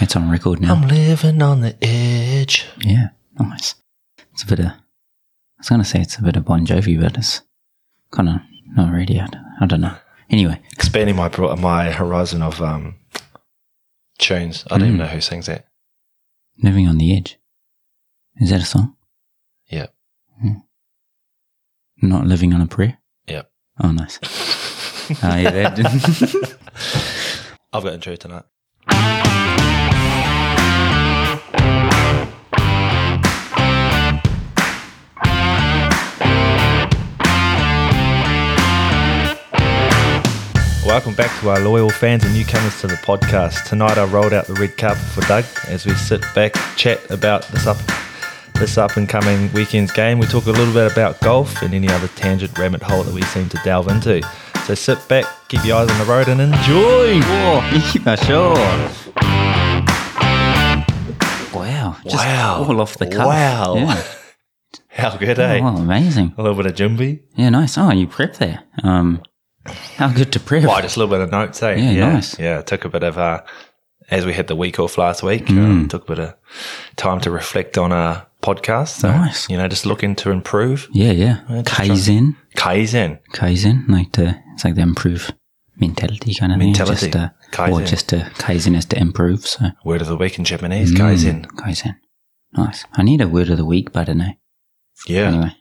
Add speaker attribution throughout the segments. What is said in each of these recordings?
Speaker 1: It's on record now.
Speaker 2: I'm living on the edge.
Speaker 1: Yeah, nice. It's a bit of. I was going to say it's a bit of Bon Jovi, but it's kind of not really. I don't, I don't know. Anyway,
Speaker 2: Expanding my bro- my horizon of um, tunes. I don't
Speaker 1: Hmm.
Speaker 2: even know who sings that.
Speaker 1: living on the edge. Is that a song?
Speaker 2: Yeah.
Speaker 1: Hmm. Not living on a prayer.
Speaker 2: Yeah.
Speaker 1: Oh, nice. Oh yeah, that didn't.
Speaker 2: I've got intro tonight. Welcome back to our loyal fans and newcomers to the podcast. Tonight I rolled out the red carpet for Doug as we sit back, chat about this up this up and coming weekend's game. We talk a little bit about golf and any other tangent rabbit hole that we seem to delve into. So sit back, keep your eyes on the road and enjoy.
Speaker 1: yeah, sure. Wow. Just
Speaker 2: Wow.
Speaker 1: All off the cuff.
Speaker 2: Wow.
Speaker 1: Yeah.
Speaker 2: How good, eh?
Speaker 1: Oh, well, amazing.
Speaker 2: A little bit of Jimby.
Speaker 1: Yeah, nice. Oh, you prep there. Um, how good to prep.
Speaker 2: Well, just a little bit of notes, eh?
Speaker 1: Yeah,
Speaker 2: yeah,
Speaker 1: nice.
Speaker 2: Yeah, took a bit of uh, as we had the week off last week,
Speaker 1: Mm.
Speaker 2: um, took a bit of time to reflect on our podcast. So,
Speaker 1: Nice.
Speaker 2: You know, just looking to improve.
Speaker 1: Yeah, yeah.
Speaker 2: just try-
Speaker 1: Kaizen.
Speaker 2: Kaizen.
Speaker 1: Kaizen. Like to, it's like the improve mentality kind of
Speaker 2: Mentality.
Speaker 1: thing. Just to, Or
Speaker 2: Kaizen.
Speaker 1: just to, Kaizen is to improve. So, Mm,
Speaker 2: Word of the week in Japanese, Kaizen.
Speaker 1: Kaizen. Nice. I need a word of the week, but I don't know.
Speaker 2: Yeah.
Speaker 1: Anyway,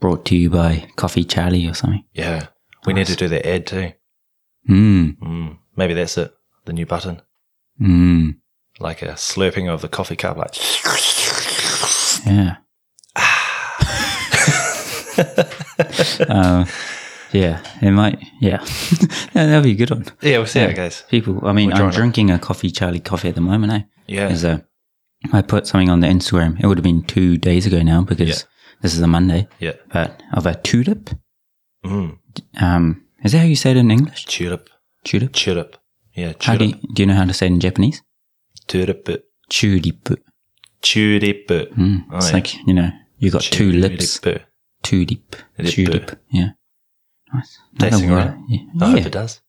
Speaker 1: brought to you by Coffee Charlie or something.
Speaker 2: Yeah. We need to do that ad too.
Speaker 1: Mm,
Speaker 2: Mm. Maybe that's it. The new button.
Speaker 1: mm.
Speaker 2: Like a slurping of the coffee cup. Like,
Speaker 1: Yeah. um, yeah, it might. Yeah, Yeah, that'll be a good one.
Speaker 2: yeah, we'll see how it goes.
Speaker 1: People, I mean,
Speaker 2: We're
Speaker 1: I'm
Speaker 2: trying it.
Speaker 1: drinking a coffee, Charlie coffee at the moment. Eh?
Speaker 2: Yeah.
Speaker 1: As a, I put something on the Instagram. It would have been two days ago now because
Speaker 2: Yeah.
Speaker 1: this is a Monday.
Speaker 2: Yeah.
Speaker 1: But of a tulip,
Speaker 2: Mm.
Speaker 1: um, is that how you say it in English?
Speaker 2: Tulip.
Speaker 1: Tulip.
Speaker 2: Tulip. Yeah.
Speaker 1: How do you,
Speaker 2: Tulip.
Speaker 1: do you know how to say it in Japanese?
Speaker 2: Tulip.
Speaker 1: Tulip.
Speaker 2: Tulip.
Speaker 1: Mm.
Speaker 2: Oh,
Speaker 1: it's
Speaker 2: yeah.
Speaker 1: like you know, you got two lips.
Speaker 2: Tulip.
Speaker 1: Tulip.
Speaker 2: Lip.
Speaker 1: Tulip. Yeah. Nice. Another
Speaker 2: Tasting
Speaker 1: word.
Speaker 2: right?
Speaker 1: Yeah.
Speaker 2: I
Speaker 1: Yeah.
Speaker 2: hope Oh, it does.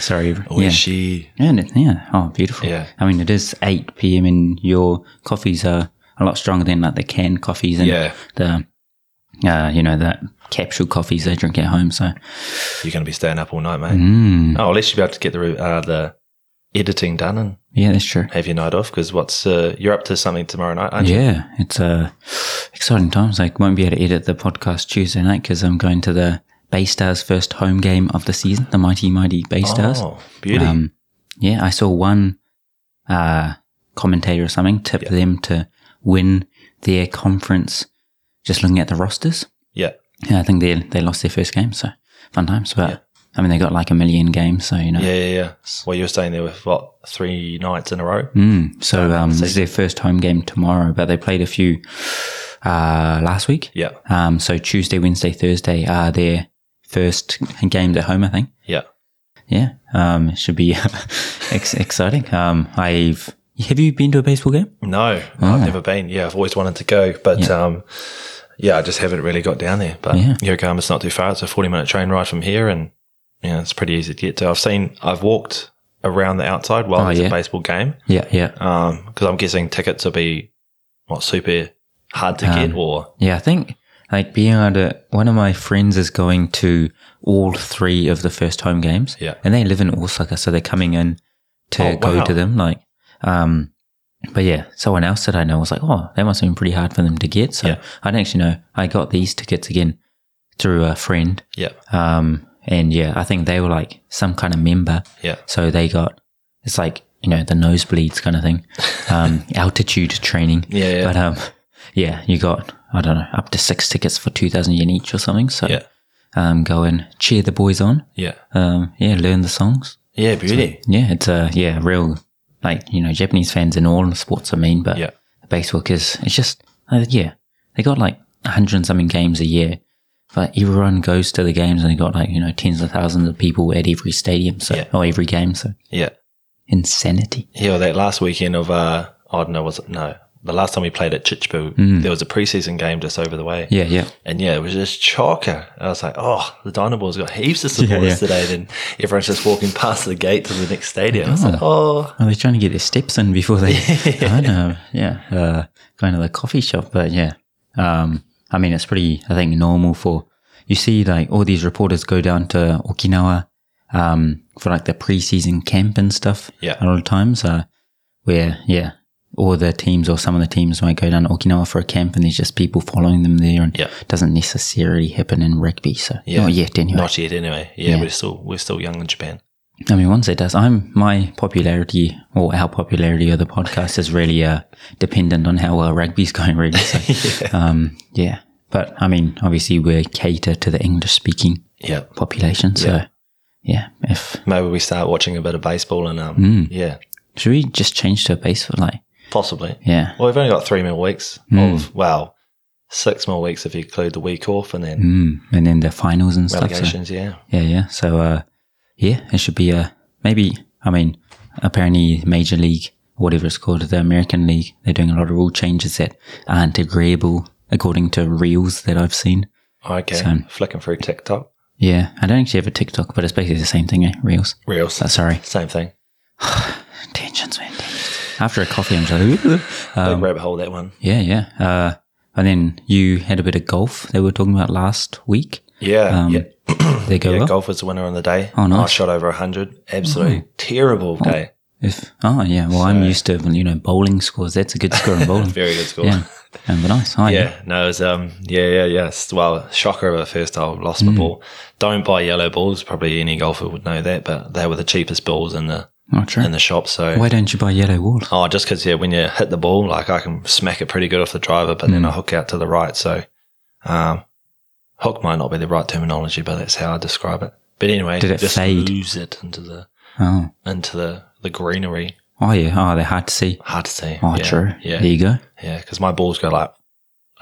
Speaker 1: Sorry.
Speaker 2: Yeah.
Speaker 1: yeah.
Speaker 2: Oh, she?
Speaker 1: Yeah, and it, yeah. Oh, beautiful.
Speaker 2: Yeah.
Speaker 1: I mean, it is 8 p.m. and your coffees are a lot stronger than like the canned coffees and
Speaker 2: Yeah.
Speaker 1: the, uh, you know, the capsule coffees they drink at home. So,
Speaker 2: You're going to be staying up all night, mate.
Speaker 1: mm,
Speaker 2: Oh, at least you'll be able to get the re- uh, the editing done and
Speaker 1: yeah, that's true.
Speaker 2: have your night off. Because what's uh, you're up to something tomorrow night, aren't you?
Speaker 1: Yeah, it's uh, exciting times. I won't be able to edit the podcast Tuesday night because I'm going to the Bay Stars' first home game of the season, the mighty, mighty Bay Stars.
Speaker 2: Oh, beauty.
Speaker 1: Um, yeah, I saw one uh, commentator or something tip
Speaker 2: Yeah.
Speaker 1: them to win their conference just looking at the rosters.
Speaker 2: yeah.
Speaker 1: Yeah, I think they they lost their first game, so fun times. But I mean, they got like a million games, so you know.
Speaker 2: Yeah, yeah, yeah. Well, you were staying there with what three nights in a row?
Speaker 1: Mm, so um, this is their first home game tomorrow, but they played a few uh, last week.
Speaker 2: Yeah,
Speaker 1: Um, so Tuesday, Wednesday, Thursday are their first games at home, I think.
Speaker 2: yeah.
Speaker 1: Yeah, um, it should be ex- exciting. Um, I've have you been to a baseball game?
Speaker 2: No,
Speaker 1: Ah.
Speaker 2: I've never been. Yeah, I've always wanted to go, but yeah. um, yeah, I just haven't really got down there. But
Speaker 1: Yeah.
Speaker 2: Yokohama's not too far; it's a forty-minute train ride from here, and yeah, it's pretty easy to get to. I've seen, I've walked around the outside while there's
Speaker 1: Oh, yeah.
Speaker 2: a baseball game,
Speaker 1: Yeah, yeah,
Speaker 2: because I'm guessing tickets will be what super hard to
Speaker 1: Um,
Speaker 2: get, or
Speaker 1: yeah. I think like being able to. One of my friends is going to all three of the first home games.
Speaker 2: Yeah.
Speaker 1: and they live in Osaka, so they're coming in to
Speaker 2: Oh,
Speaker 1: go
Speaker 2: wow.
Speaker 1: to them. Like, um, but yeah, someone else that I know was like, "Oh, that must have been pretty hard for them to get." So
Speaker 2: Yeah.
Speaker 1: I don't actually know. I got these tickets again through a friend.
Speaker 2: yeah,
Speaker 1: Um, and yeah, I think they were like some kind of member.
Speaker 2: yeah,
Speaker 1: So they got it's like you know the nosebleeds kind of thing, um, altitude training.
Speaker 2: Yeah, yeah.
Speaker 1: But um, yeah, you got I don't know up to six tickets for two thousand yen each or something. So
Speaker 2: Yeah.
Speaker 1: um, go and cheer the boys on.
Speaker 2: yeah,
Speaker 1: Um, yeah, learn the songs.
Speaker 2: yeah, beauty.
Speaker 1: Yeah, it's a yeah real like you know Japanese fans in all sports are mean, but
Speaker 2: Yeah.
Speaker 1: baseball is it's just uh, yeah they got like a hundred and something games a year. But everyone goes to the games and they got like, you know, tens of thousands of people at every stadium, so,
Speaker 2: Yeah.
Speaker 1: or every game. So
Speaker 2: yeah.
Speaker 1: insanity.
Speaker 2: Yeah, well, that last weekend of uh, I don't know, was it no the last time we played at Chichbu, there was a preseason game just over the way.
Speaker 1: Mm. Yeah, yeah.
Speaker 2: And yeah, it was just chocker. I was like, oh, the Dynamo's got heaps of supporters
Speaker 1: yeah.
Speaker 2: today. Then everyone's just walking past the gate to the next stadium. I was
Speaker 1: Ah.
Speaker 2: like, oh,
Speaker 1: Are they trying to get their steps in before they? I don't know. Yeah, uh, going to the coffee shop, but yeah. Um, I mean, it's pretty. I think normal for you see like all these reporters go down to Okinawa um, for like the pre-season camp and stuff.
Speaker 2: Yeah.
Speaker 1: a lot of times. Uh, where yeah, all the teams or some of the teams might go down to Okinawa for a camp, and there's just people following them there, and
Speaker 2: Yeah.
Speaker 1: it doesn't necessarily happen in rugby. So oh,
Speaker 2: Yeah.
Speaker 1: not yet, anyway.
Speaker 2: not yet anyway. Yeah,
Speaker 1: Yeah.
Speaker 2: we're still we're still young in Japan.
Speaker 1: I mean, once it does, I'm my popularity or our popularity of the podcast is really uh, dependent on how well rugby's going, really. So, yeah. Um, yeah, but I mean, obviously we cater to the English-speaking
Speaker 2: Yeah,
Speaker 1: population, so yeah. If
Speaker 2: maybe we start watching a bit of baseball and um,
Speaker 1: Hmm.
Speaker 2: yeah,
Speaker 1: should we just change to a base for like,
Speaker 2: possibly.
Speaker 1: yeah,
Speaker 2: Well, we've only got three more weeks
Speaker 1: Hmm.
Speaker 2: of well, six more weeks if you include the week off and then
Speaker 1: mm, and then the finals and stuff. So,
Speaker 2: relegations. Yeah,
Speaker 1: yeah, yeah. So uh, yeah, it should be uh, maybe. I mean, apparently, Major League, whatever it's called, the American League, they're doing a lot of rule changes that aren't agreeable according to reels that I've seen.
Speaker 2: okay. Flicking through TikTok,
Speaker 1: Yeah, I don't actually have a TikTok, but it's basically the same thing, eh? Reels.
Speaker 2: reels,
Speaker 1: Uh, sorry,
Speaker 2: same thing.
Speaker 1: tensions, man. Tensions. After a coffee, I'm just like,
Speaker 2: Big
Speaker 1: Um,
Speaker 2: rabbit hole that one.
Speaker 1: yeah, yeah. Uh, and then you had a bit of golf they were talking about last week.
Speaker 2: Yeah,
Speaker 1: Um,
Speaker 2: yeah.
Speaker 1: They go
Speaker 2: Yeah,
Speaker 1: well.
Speaker 2: golf was the winner on the day.
Speaker 1: Oh, nice.
Speaker 2: I shot over 100. Absolutely terrible day.
Speaker 1: If oh yeah, well I'm used to you know bowling scores. That's a good score in bowling.
Speaker 2: Very good score.
Speaker 1: yeah, and but nice. Oh, yeah,
Speaker 2: Yeah, no, it was, um, yeah, yeah, yeah. S- Well, shocker of a first hole, lost
Speaker 1: Hmm.
Speaker 2: my ball. Don't buy yellow balls. Probably any golfer would know that, but they were the cheapest balls in the
Speaker 1: oh true.
Speaker 2: in the shop. So,
Speaker 1: Why don't you buy yellow wall?
Speaker 2: oh, just because yeah, when you hit the ball, like I can smack it pretty good off the driver, but
Speaker 1: Hmm.
Speaker 2: then I hook out to the right. So, um, hook might not be the right terminology, but that's how I describe it. But anyway,
Speaker 1: Did it
Speaker 2: just
Speaker 1: fade?
Speaker 2: lose it into the
Speaker 1: Oh,
Speaker 2: into the the greenery.
Speaker 1: oh yeah. Oh, they're hard to see.
Speaker 2: Hard to see.
Speaker 1: Oh
Speaker 2: yeah,
Speaker 1: true.
Speaker 2: Yeah,
Speaker 1: There you go.
Speaker 2: yeah, because my balls go like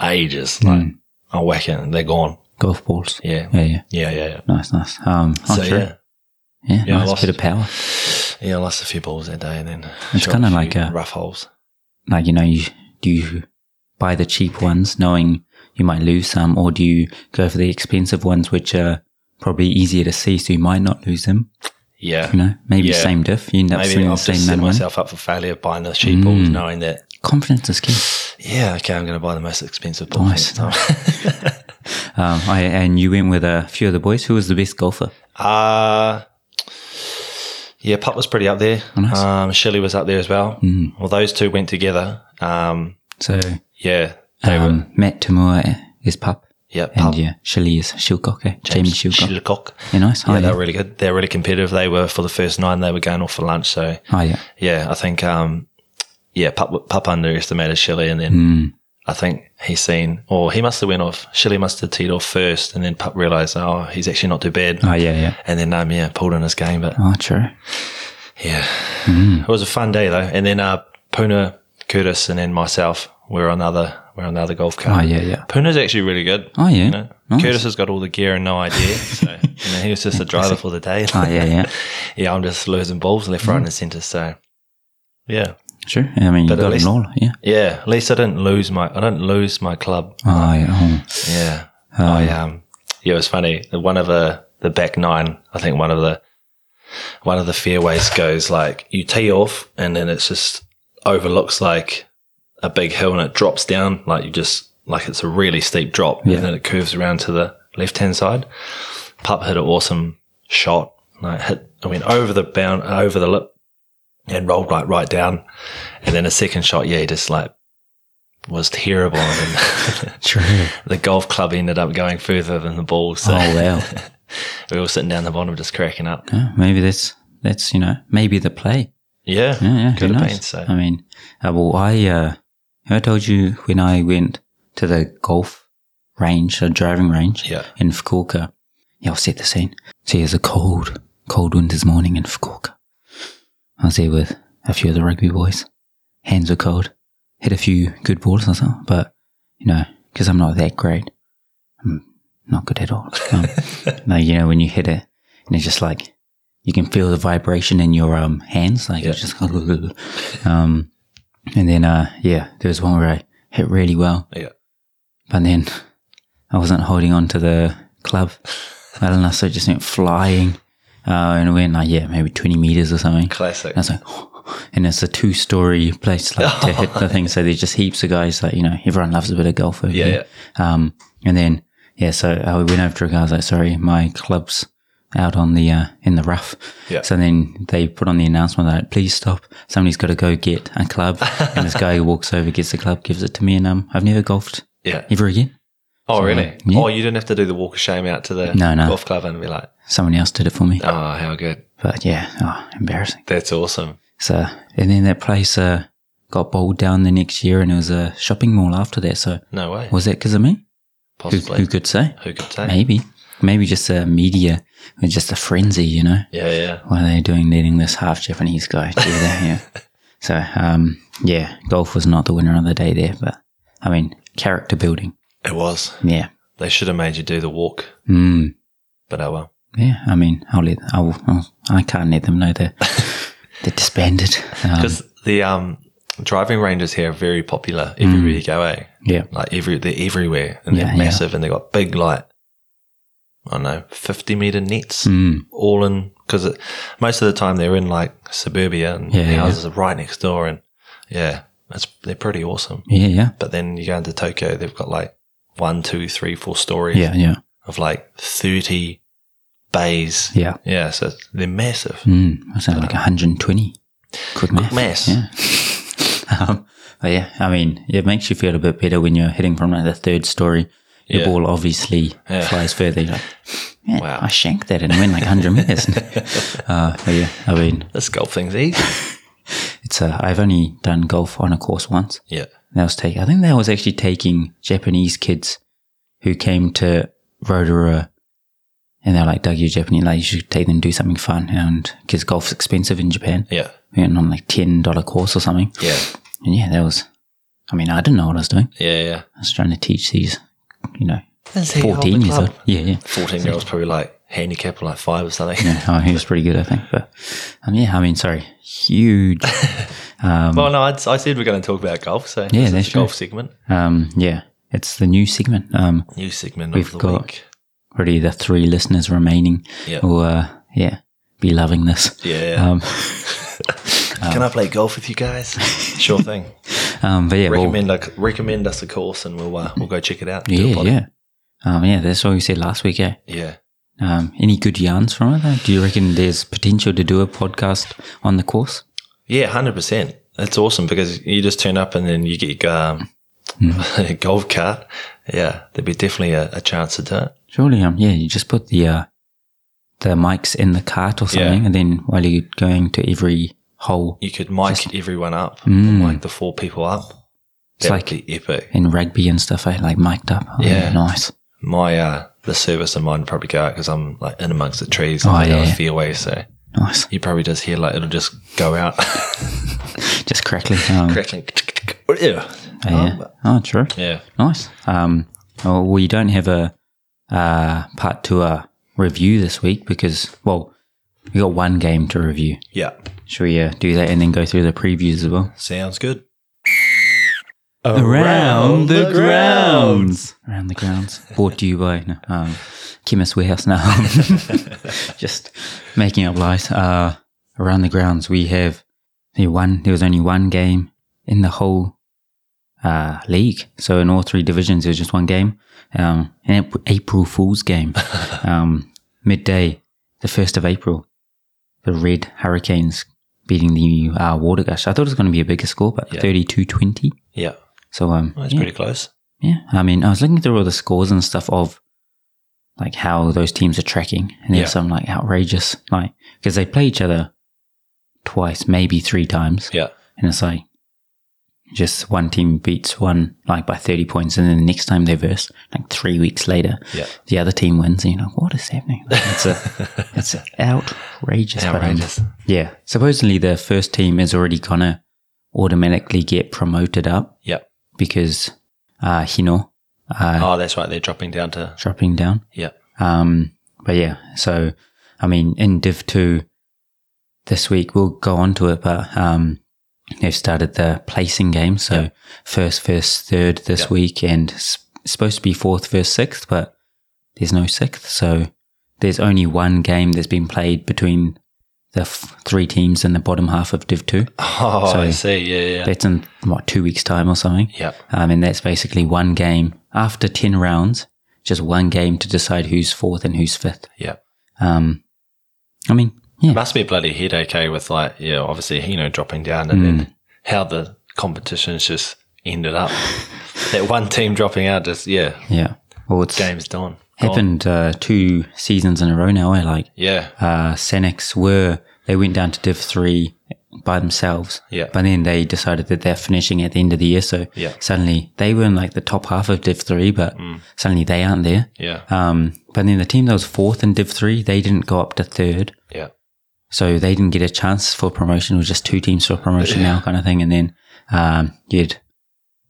Speaker 2: ages. Like
Speaker 1: Mm.
Speaker 2: I whack it and they're gone.
Speaker 1: Golf balls.
Speaker 2: Yeah,
Speaker 1: Yeah, yeah.
Speaker 2: Yeah, yeah, yeah.
Speaker 1: Nice, nice. Um, oh,
Speaker 2: so
Speaker 1: true.
Speaker 2: yeah,
Speaker 1: Yeah,
Speaker 2: Yeah, I
Speaker 1: nice
Speaker 2: lost
Speaker 1: bit of
Speaker 2: it.
Speaker 1: power.
Speaker 2: yeah, I lost a few balls that day, and then
Speaker 1: It's
Speaker 2: shot
Speaker 1: kinda
Speaker 2: a few
Speaker 1: like a-
Speaker 2: rough holes.
Speaker 1: Like you know, you do you buy the cheap ones, knowing you might lose some, or do you go for the expensive ones, which are probably easier to see, so you might not lose them.
Speaker 2: Yeah,
Speaker 1: You know, maybe
Speaker 2: Yeah.
Speaker 1: same diff. You end up
Speaker 2: maybe
Speaker 1: swinging the
Speaker 2: I've
Speaker 1: same
Speaker 2: just set
Speaker 1: man one.
Speaker 2: myself up for failure buying the cheap
Speaker 1: Hmm.
Speaker 2: balls, knowing that
Speaker 1: Confidence is key.
Speaker 2: yeah, okay, I'm going to buy the most expensive balls.
Speaker 1: Nice,
Speaker 2: next time.
Speaker 1: Um, I, and you went with a few of the boys. Who was the best golfer?
Speaker 2: uh yeah, Pup was pretty up there.
Speaker 1: nice. Hmm.
Speaker 2: Um, Shelley was up there as well. Well, those two went together. Um,
Speaker 1: So
Speaker 2: yeah, they were.
Speaker 1: um, Matt Tamua is pup,
Speaker 2: Yeah,
Speaker 1: and
Speaker 2: Pup,
Speaker 1: yeah, Shelley is Shilcock, eh? Jamie Shilcock.
Speaker 2: Shilcock.
Speaker 1: yeah, nice.
Speaker 2: Yeah,
Speaker 1: Oh,
Speaker 2: they were
Speaker 1: yeah.
Speaker 2: really good. They're really competitive. They were for the first nine. They were going off for lunch. So
Speaker 1: Oh, yeah.
Speaker 2: yeah, I think um, yeah, Pup, Pup underestimated Shelley, and then
Speaker 1: Hmm.
Speaker 2: I think he's seen, or he must have went off. Shelley must have teed off first, and then Pup realised, oh, he's actually not too bad.
Speaker 1: Oh, yeah, yeah.
Speaker 2: And then um, yeah, pulled in his game, but
Speaker 1: Oh, true.
Speaker 2: yeah,
Speaker 1: Hmm.
Speaker 2: it was a fun day though. And then uh, Puna, Curtis, and then myself were on the other we're on the other golf
Speaker 1: Oh,
Speaker 2: cart.
Speaker 1: yeah, yeah.
Speaker 2: Puna's actually really good.
Speaker 1: Oh, yeah.
Speaker 2: You know?
Speaker 1: Nice.
Speaker 2: Curtis has got all the gear and no idea. So you know, he was just a driver for the day.
Speaker 1: Oh, yeah, yeah.
Speaker 2: yeah, I'm just losing balls left, right, and centre. So, yeah,
Speaker 1: Sure. I mean, you
Speaker 2: But at
Speaker 1: got
Speaker 2: least-
Speaker 1: them all. Yeah.
Speaker 2: yeah. At least I didn't lose my. I didn't lose my club.
Speaker 1: Oh, yeah. Oh.
Speaker 2: Yeah, I um, yeah. It was funny. One of the the back nine. I think one of the one of the fairways goes like you tee off, and then it's just overlooks like a big hill, and it drops down like you just like it's a really steep drop,
Speaker 1: Yeah.
Speaker 2: and then it curves around to the left hand side. Pup hit an awesome shot. Like hit, I went over the bound, over the lip, and rolled right right down. And then a second shot, yeah, he just like was terrible. And
Speaker 1: True.
Speaker 2: the golf club ended up going further than the ball. So
Speaker 1: Oh, wow.
Speaker 2: we were sitting down the bottom just cracking up.
Speaker 1: Yeah, maybe that's, that's, you know, maybe the play.
Speaker 2: Yeah.
Speaker 1: Yeah, yeah.
Speaker 2: Could
Speaker 1: who
Speaker 2: have
Speaker 1: knows?
Speaker 2: been. So
Speaker 1: I mean, uh, well, I, uh, I told you when I went to the golf range, the driving range
Speaker 2: Yeah.
Speaker 1: in Fukuoka. Yeah, I'll set the scene. See, it's a cold, cold winter's morning in Fukuoka. I was there with a few of the rugby boys. Hands were cold. Hit a few good balls or something, but, you know, because I'm not that great, I'm not good at all. Um, no, you know, when you hit it and it's just like, you can feel the vibration in your um, hands, like it's just, um, And then, uh, yeah, there was one where I hit really well,
Speaker 2: Yeah.
Speaker 1: but then I wasn't holding on to the club. I don't know, so it just went flying. Uh, and it went like, yeah, maybe 20 meters or something.
Speaker 2: Classic.
Speaker 1: And I was like, and it's a two story place like, to hit the thing. So there's just heaps of guys like, you know, everyone loves a bit of golf over
Speaker 2: Yeah,
Speaker 1: here. Um, and then, yeah, so I went over to a guy, I was like, sorry, my club's out on the, uh, in the rough.
Speaker 2: Yeah.
Speaker 1: So then they put on the announcement that, please stop. Somebody's got to go get a club. and this guy walks over, gets the club, gives it to me. And, um, I've never golfed
Speaker 2: Yeah.
Speaker 1: ever again.
Speaker 2: Oh, really?
Speaker 1: yeah.
Speaker 2: Oh, you didn't have to do the walk of shame out to the
Speaker 1: No, no.
Speaker 2: golf club and be like,
Speaker 1: Someone else did it for me.
Speaker 2: oh, how good.
Speaker 1: But yeah, oh, embarrassing.
Speaker 2: That's awesome.
Speaker 1: So, and then that place uh, got bowled down the next year, and it was a shopping mall after that. So,
Speaker 2: No way.
Speaker 1: was that because of me? Who,
Speaker 2: Possibly.
Speaker 1: who could say?
Speaker 2: Who could say?
Speaker 1: Maybe, maybe just a media, or just a frenzy, you know?
Speaker 2: Yeah, yeah.
Speaker 1: What are they doing needing this half Japanese guy to do that? Yeah. So, um, yeah, golf was not the winner of the day there, but I mean, character building.
Speaker 2: It was.
Speaker 1: Yeah.
Speaker 2: They should have made you do the walk,
Speaker 1: Mm,
Speaker 2: but oh well.
Speaker 1: yeah. I mean, I'll let, I'll, I'll, I can't let them know they're, they're disbanded. Um,
Speaker 2: Because the um, driving ranges here are very popular
Speaker 1: Mm.
Speaker 2: everywhere you go, eh?
Speaker 1: yeah.
Speaker 2: Like every they're everywhere and
Speaker 1: Yeah,
Speaker 2: they're
Speaker 1: yeah.
Speaker 2: massive and they got big like I don't know fifty meter nets
Speaker 1: Mm,
Speaker 2: all in because most of the time they're in like suburbia and
Speaker 1: Yeah,
Speaker 2: the
Speaker 1: yeah.
Speaker 2: houses are right next door and yeah, it's they're pretty awesome.
Speaker 1: yeah. Yeah.
Speaker 2: But then you go into Tokyo, they've got like one, two, three, four stories
Speaker 1: Yeah. Yeah.
Speaker 2: of like thirty bays. Yeah,
Speaker 1: Yeah.
Speaker 2: so they're massive.
Speaker 1: Mm, I sound like 120. Good math.
Speaker 2: maths.
Speaker 1: Yeah. um, but yeah, I mean, it makes you feel a bit better when you're hitting from like the third story. Your
Speaker 2: Yeah.
Speaker 1: ball obviously
Speaker 2: Yeah.
Speaker 1: flies further. You're like, Man,
Speaker 2: Wow.
Speaker 1: I shanked that and went like 100 meters. uh, but yeah, I mean,
Speaker 2: This golf thing's easy.
Speaker 1: it's uh, I've only done golf on a course once.
Speaker 2: yeah.
Speaker 1: And That was take. I think that was actually taking Japanese kids who came to Rotorua, and they're like, "Doug, you're Japanese. Like, you should take them and do something fun." And because golf's expensive in Japan,
Speaker 2: Yeah.
Speaker 1: we went on like ten dollar course or something.
Speaker 2: Yeah.
Speaker 1: And yeah, that was. I mean, I didn't know what I was doing.
Speaker 2: Yeah. Yeah.
Speaker 1: I was trying to teach these, you know,
Speaker 2: Does he hold the
Speaker 1: fourteen years
Speaker 2: club?
Speaker 1: old. Yeah, yeah.
Speaker 2: 14 year old's probably like handicapped like five or something.
Speaker 1: Yeah, oh, he was pretty good, I think. But um, yeah, I mean, sorry, huge.
Speaker 2: well, no, I'd, I said we're going to talk about golf. So this is
Speaker 1: um, that's
Speaker 2: the golf segment.
Speaker 1: Um, yeah, it's the new segment. Um,
Speaker 2: New segment
Speaker 1: We've
Speaker 2: of the
Speaker 1: got-
Speaker 2: week.
Speaker 1: already the three listeners remaining
Speaker 2: Yeah.
Speaker 1: will, uh, yeah, be loving this.
Speaker 2: Yeah.
Speaker 1: Um,
Speaker 2: Can I play golf with you guys? sure thing.
Speaker 1: um, but uh, yeah, well,
Speaker 2: recommend a, recommend us a course and we'll uh, we'll go check it out. Do a
Speaker 1: yeah,
Speaker 2: pod-
Speaker 1: yeah, um, yeah. That's what we said last week. Yeah.
Speaker 2: Yeah.
Speaker 1: Um, any good yarns from it? Though? Do you reckon there's potential to do a podcast on the course?
Speaker 2: Yeah, 100%. That's awesome because you just turn up and then you get um,
Speaker 1: Mm.
Speaker 2: a golf cart. Yeah. There'd be definitely a, a chance to do it.
Speaker 1: Surely, um, yeah. You just put the uh, the mics in the cart or something, and then while you're going to every hole
Speaker 2: You could mic everyone up,
Speaker 1: Mm.
Speaker 2: mic the four people up.
Speaker 1: It's
Speaker 2: That
Speaker 1: like-
Speaker 2: would be epic.
Speaker 1: in rugby and stuff, I like mic'd up. Oh,
Speaker 2: Yeah.
Speaker 1: nice.
Speaker 2: my uh the service of mine would probably go out because I'm like in amongst the trees
Speaker 1: Oh,
Speaker 2: and
Speaker 1: yeah,
Speaker 2: yeah,
Speaker 1: yeah.
Speaker 2: the fairway, so
Speaker 1: Nice,
Speaker 2: you probably just hear like it'll just go out
Speaker 1: just crackly. Um,
Speaker 2: crackling. yeah,
Speaker 1: Oh, yeah. Oh, true.
Speaker 2: yeah,
Speaker 1: Nice. Um, well, we don't have a uh, part two uh, review this week because, well, we got one game to review.
Speaker 2: yeah.
Speaker 1: Should we uh, do that and then go through the previews as well?
Speaker 2: Sounds good.
Speaker 1: Around the grounds. Brought to you by no, um, Chemist Warehouse now. Just making up lies. Uh, around the grounds, we have the one. There was only one game in the whole uh, league. So in all three divisions, there was just one game. Um, an Ap- April Fool's game. um, midday, the first of April. The Red Hurricanes beating the uh, Water Gush. I thought it was going to be a bigger score, but
Speaker 2: Yeah.
Speaker 1: thirty-two twenty.
Speaker 2: Yeah,
Speaker 1: So um,
Speaker 2: well, Oh, that's
Speaker 1: yeah,
Speaker 2: pretty close.
Speaker 1: yeah. I mean, I was looking through all the scores and stuff of like how those teams are tracking, and there's
Speaker 2: Yeah.
Speaker 1: some like outrageous, like because they play each other twice, maybe three times,
Speaker 2: Yeah,
Speaker 1: and it's like just one team beats one like by thirty points, and then the next time they verse like three weeks later,
Speaker 2: yeah,
Speaker 1: the other team wins, and you're like, what is happening? Like, it's a, it's outrageous. but, um,
Speaker 2: outrageous.
Speaker 1: yeah. Supposedly the first team is already gonna automatically get promoted up
Speaker 2: Yeah.
Speaker 1: because uh, Hino uh,
Speaker 2: Oh, that's right. They're dropping down to
Speaker 1: dropping down.
Speaker 2: yeah,
Speaker 1: Um, but yeah, so I mean, in Div Two this week we'll go on to it, but um, They've started the placing game. So
Speaker 2: Yep.
Speaker 1: first, first, third this
Speaker 2: Yep.
Speaker 1: week, and s- supposed to be fourth, first, sixth, but there's no sixth. So there's only one game that's been played between the f- three teams in the bottom half of Div 2.
Speaker 2: Oh, I
Speaker 1: So-
Speaker 2: see. Yeah, yeah.
Speaker 1: That's in, what, two weeks' time or something?
Speaker 2: Yep.
Speaker 1: Um, and that's basically one game after 10 rounds, just one game to decide who's fourth and who's fifth.
Speaker 2: Yep.
Speaker 1: Um, I mean, yeah,
Speaker 2: Must be a bloody headache, eh? With like, yeah, obviously, you know, dropping down and
Speaker 1: Hmm.
Speaker 2: then how the competition's just ended up. that one team dropping out, just yeah,
Speaker 1: yeah. Well, it's
Speaker 2: game's done. Gone.
Speaker 1: happened uh, two seasons in a row now. I like
Speaker 2: Yeah,
Speaker 1: uh, Senex were they went down to Div three by themselves.
Speaker 2: Yeah.
Speaker 1: But then they decided that they're finishing at the end of the year, so
Speaker 2: Yeah. Mm.
Speaker 1: suddenly they were in like the top half of Div three, but suddenly they aren't there.
Speaker 2: yeah,
Speaker 1: Um, but then the team that was fourth in Div three, they didn't go up to third.
Speaker 2: yeah.
Speaker 1: So they didn't get a chance for promotion. It was just two teams for promotion now, kind of thing. And then um, you had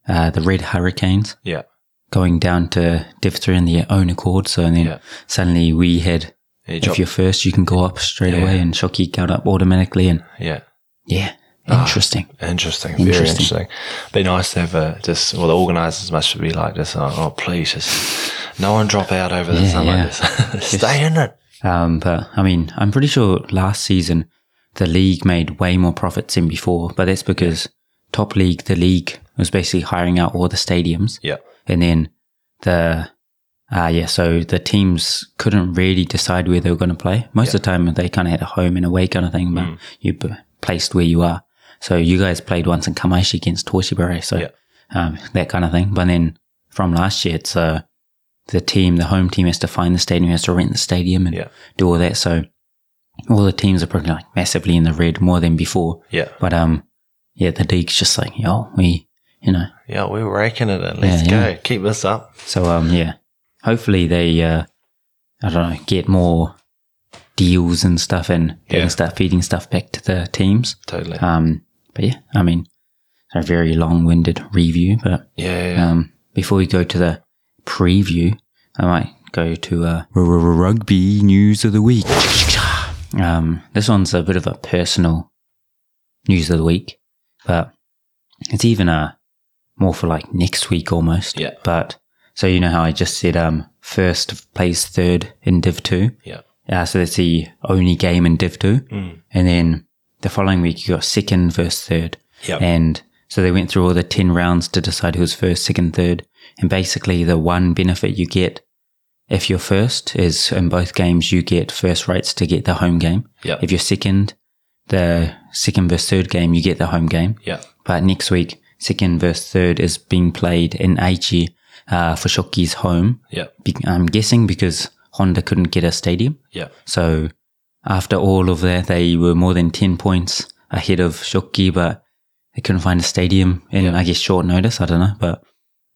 Speaker 1: uh, the Red Hurricanes
Speaker 2: Yeah.
Speaker 1: going down to Div 3 in their own accord. So and then
Speaker 2: Yeah.
Speaker 1: suddenly we had,
Speaker 2: And you
Speaker 1: if
Speaker 2: drop,
Speaker 1: you're first, you can go up straight
Speaker 2: Yeah.
Speaker 1: away. And Shoki got up automatically. And
Speaker 2: yeah.
Speaker 1: yeah,
Speaker 2: Ah.
Speaker 1: interesting.
Speaker 2: Interesting, very
Speaker 1: Interesting.
Speaker 2: interesting. Be nice to have a just. Well, the organisers must be like this. Oh, oh, please, just no one drop out over the
Speaker 1: Yeah,
Speaker 2: summer.
Speaker 1: yeah.
Speaker 2: Just stay in it.
Speaker 1: Um, but I mean, I'm pretty sure last season the league made way more profits than before, but that's because top league, the league was basically hiring out all the stadiums.
Speaker 2: Yeah,
Speaker 1: and then the uh, yeah, so the teams couldn't really decide where they were going to play. Most of the time, they kind of had a home and away kind of thing,
Speaker 2: Mm.
Speaker 1: but you p- placed where you are. So you guys played once in Kamaishi against Toshibare, so
Speaker 2: Yeah.
Speaker 1: um, that kind of thing. But then from last year, it's uh, the team, the home team has to find the stadium, has to rent the stadium, and
Speaker 2: Yeah.
Speaker 1: do all that. So all the teams are probably like massively in the red more than before.
Speaker 2: yeah,
Speaker 1: But um, yeah, the league's just like, yo, we, you know,
Speaker 2: yeah. We're raking it in. Let's
Speaker 1: Yeah,
Speaker 2: go.
Speaker 1: yeah.
Speaker 2: Keep this up.
Speaker 1: so um, yeah, hopefully they uh, I don't know get more deals and stuff, and they
Speaker 2: Yeah.
Speaker 1: can start feeding stuff back to the teams.
Speaker 2: Totally.
Speaker 1: Um, but yeah, I mean, a very long-winded review. But
Speaker 2: yeah, yeah.
Speaker 1: um, before we go to the preview, I might go to uh, r- r- rugby news of the week. Um, this one's a bit of a personal news of the week, but it's even uh, more for like next week almost.
Speaker 2: Yeah.
Speaker 1: But so you know how I just said um, first plays third in Div 2?
Speaker 2: yeah.
Speaker 1: Uh, so that's the only game in Div 2.
Speaker 2: Mm.
Speaker 1: And then the following week, you got second versus third.
Speaker 2: Yep.
Speaker 1: And so they went through all the 10 rounds to decide who's first, second, third. And basically, the one benefit you get if you're first is in both games, you get first rights to get the home game.
Speaker 2: Yep.
Speaker 1: If you're second, the second versus third game, you get the home game.
Speaker 2: Yeah.
Speaker 1: But next week, second versus third is being played in Aichi uh, for Shoki's home.
Speaker 2: Yeah.
Speaker 1: Be- I'm guessing because Honda couldn't get a stadium.
Speaker 2: Yeah.
Speaker 1: So after all of that, they were more than 10 points ahead of Shoki, but they couldn't find a stadium in, I guess, short notice. I don't know. But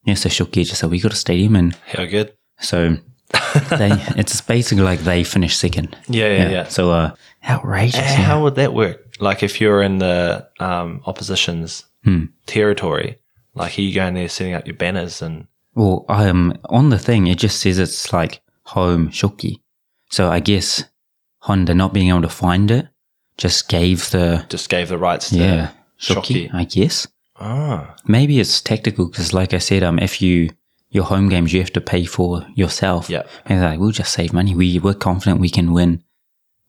Speaker 1: yeah, so Shoki just said, we got a stadium. And
Speaker 2: How good?
Speaker 1: so they, it's basically like they finished second.
Speaker 2: Yeah, yeah, yeah.
Speaker 1: So, uh, outrageous.
Speaker 2: And How would that work? Like if you're in the um, opposition's
Speaker 1: Hmm.
Speaker 2: territory, like are you going there setting up your banners and
Speaker 1: Well, um, on the thing, it just says it's like home shoki. So I guess Honda not being able to find it just gave the
Speaker 2: just gave the rights to
Speaker 1: yeah
Speaker 2: Shoki.
Speaker 1: shoki. I guess
Speaker 2: Ah,
Speaker 1: maybe it's tactical because, like I said, um, if you your home games you have to pay for yourself.
Speaker 2: Yeah.
Speaker 1: maybe they're like we'll just save money. We we're confident we can win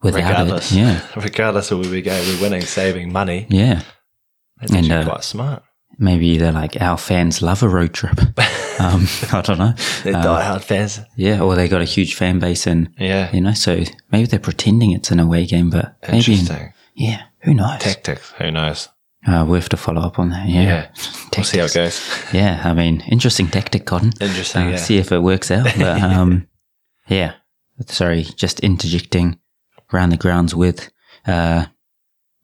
Speaker 1: without
Speaker 2: regardless.
Speaker 1: it. Yeah,
Speaker 2: regardless of where we go, we're winning, saving money.
Speaker 1: yeah.
Speaker 2: That's
Speaker 1: And,
Speaker 2: actually
Speaker 1: uh,
Speaker 2: quite smart.
Speaker 1: Maybe they're like our fans love a road trip. um, I don't know. Uh,
Speaker 2: They're diehard fans.
Speaker 1: Yeah, or they got a huge fan base and
Speaker 2: Yeah.
Speaker 1: You know, so maybe they're pretending it's an away game, but maybe,
Speaker 2: Interesting.
Speaker 1: yeah, who knows?
Speaker 2: Tactics. Who knows?
Speaker 1: Uh, we'll have to follow up on that. Yeah,
Speaker 2: Yeah. We'll see how it
Speaker 1: Tactics.
Speaker 2: goes.
Speaker 1: Yeah, I mean, interesting tactic, Cotton.
Speaker 2: Interesting.
Speaker 1: Uh,
Speaker 2: yeah.
Speaker 1: See if it works out. But um, yeah, sorry, just interjecting around the grounds with uh,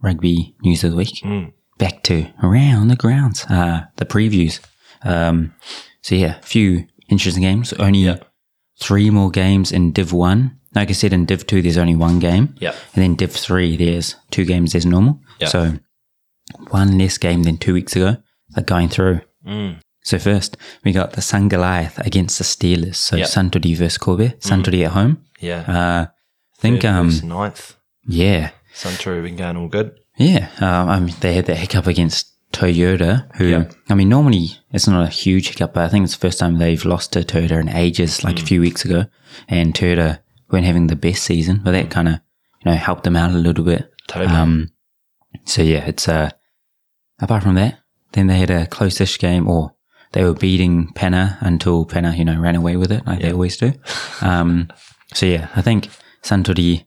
Speaker 1: rugby news of the week.
Speaker 2: Mm.
Speaker 1: Back to around the grounds, uh, the previews. Um, so yeah, a few interesting games. Only three more games in Div One. Like I said, in Div Two, there's only one game.
Speaker 2: Yeah.
Speaker 1: And then Div 3, there's two games as normal.
Speaker 2: Yeah.
Speaker 1: So one less game than two weeks ago. They're going through.
Speaker 2: Mm.
Speaker 1: So first, we got the Sun Goliath against the Steelers. So
Speaker 2: Yeah. Mm-hmm.
Speaker 1: Suntory versus Kobe. Suntory at home.
Speaker 2: Yeah.
Speaker 1: Uh, I think,
Speaker 2: Third
Speaker 1: um,
Speaker 2: versus ninth.
Speaker 1: yeah,
Speaker 2: Suntory been going all good.
Speaker 1: Yeah, um, I mean, they had that hiccup against Toyota, who,
Speaker 2: Yeah.
Speaker 1: I mean, normally it's not a huge hiccup, but I think it's the first time they've lost to Toyota in ages, like
Speaker 2: Mm.
Speaker 1: a few weeks ago. And Toyota weren't having the best season, but
Speaker 2: Mm.
Speaker 1: that kind of, you know, helped them out a little bit.
Speaker 2: Totally.
Speaker 1: Um, so yeah, it's, uh, apart from that, then they had a close-ish game or they were beating Penner until Penner, you know, ran away with it like they always do. Um, so yeah, I think Santori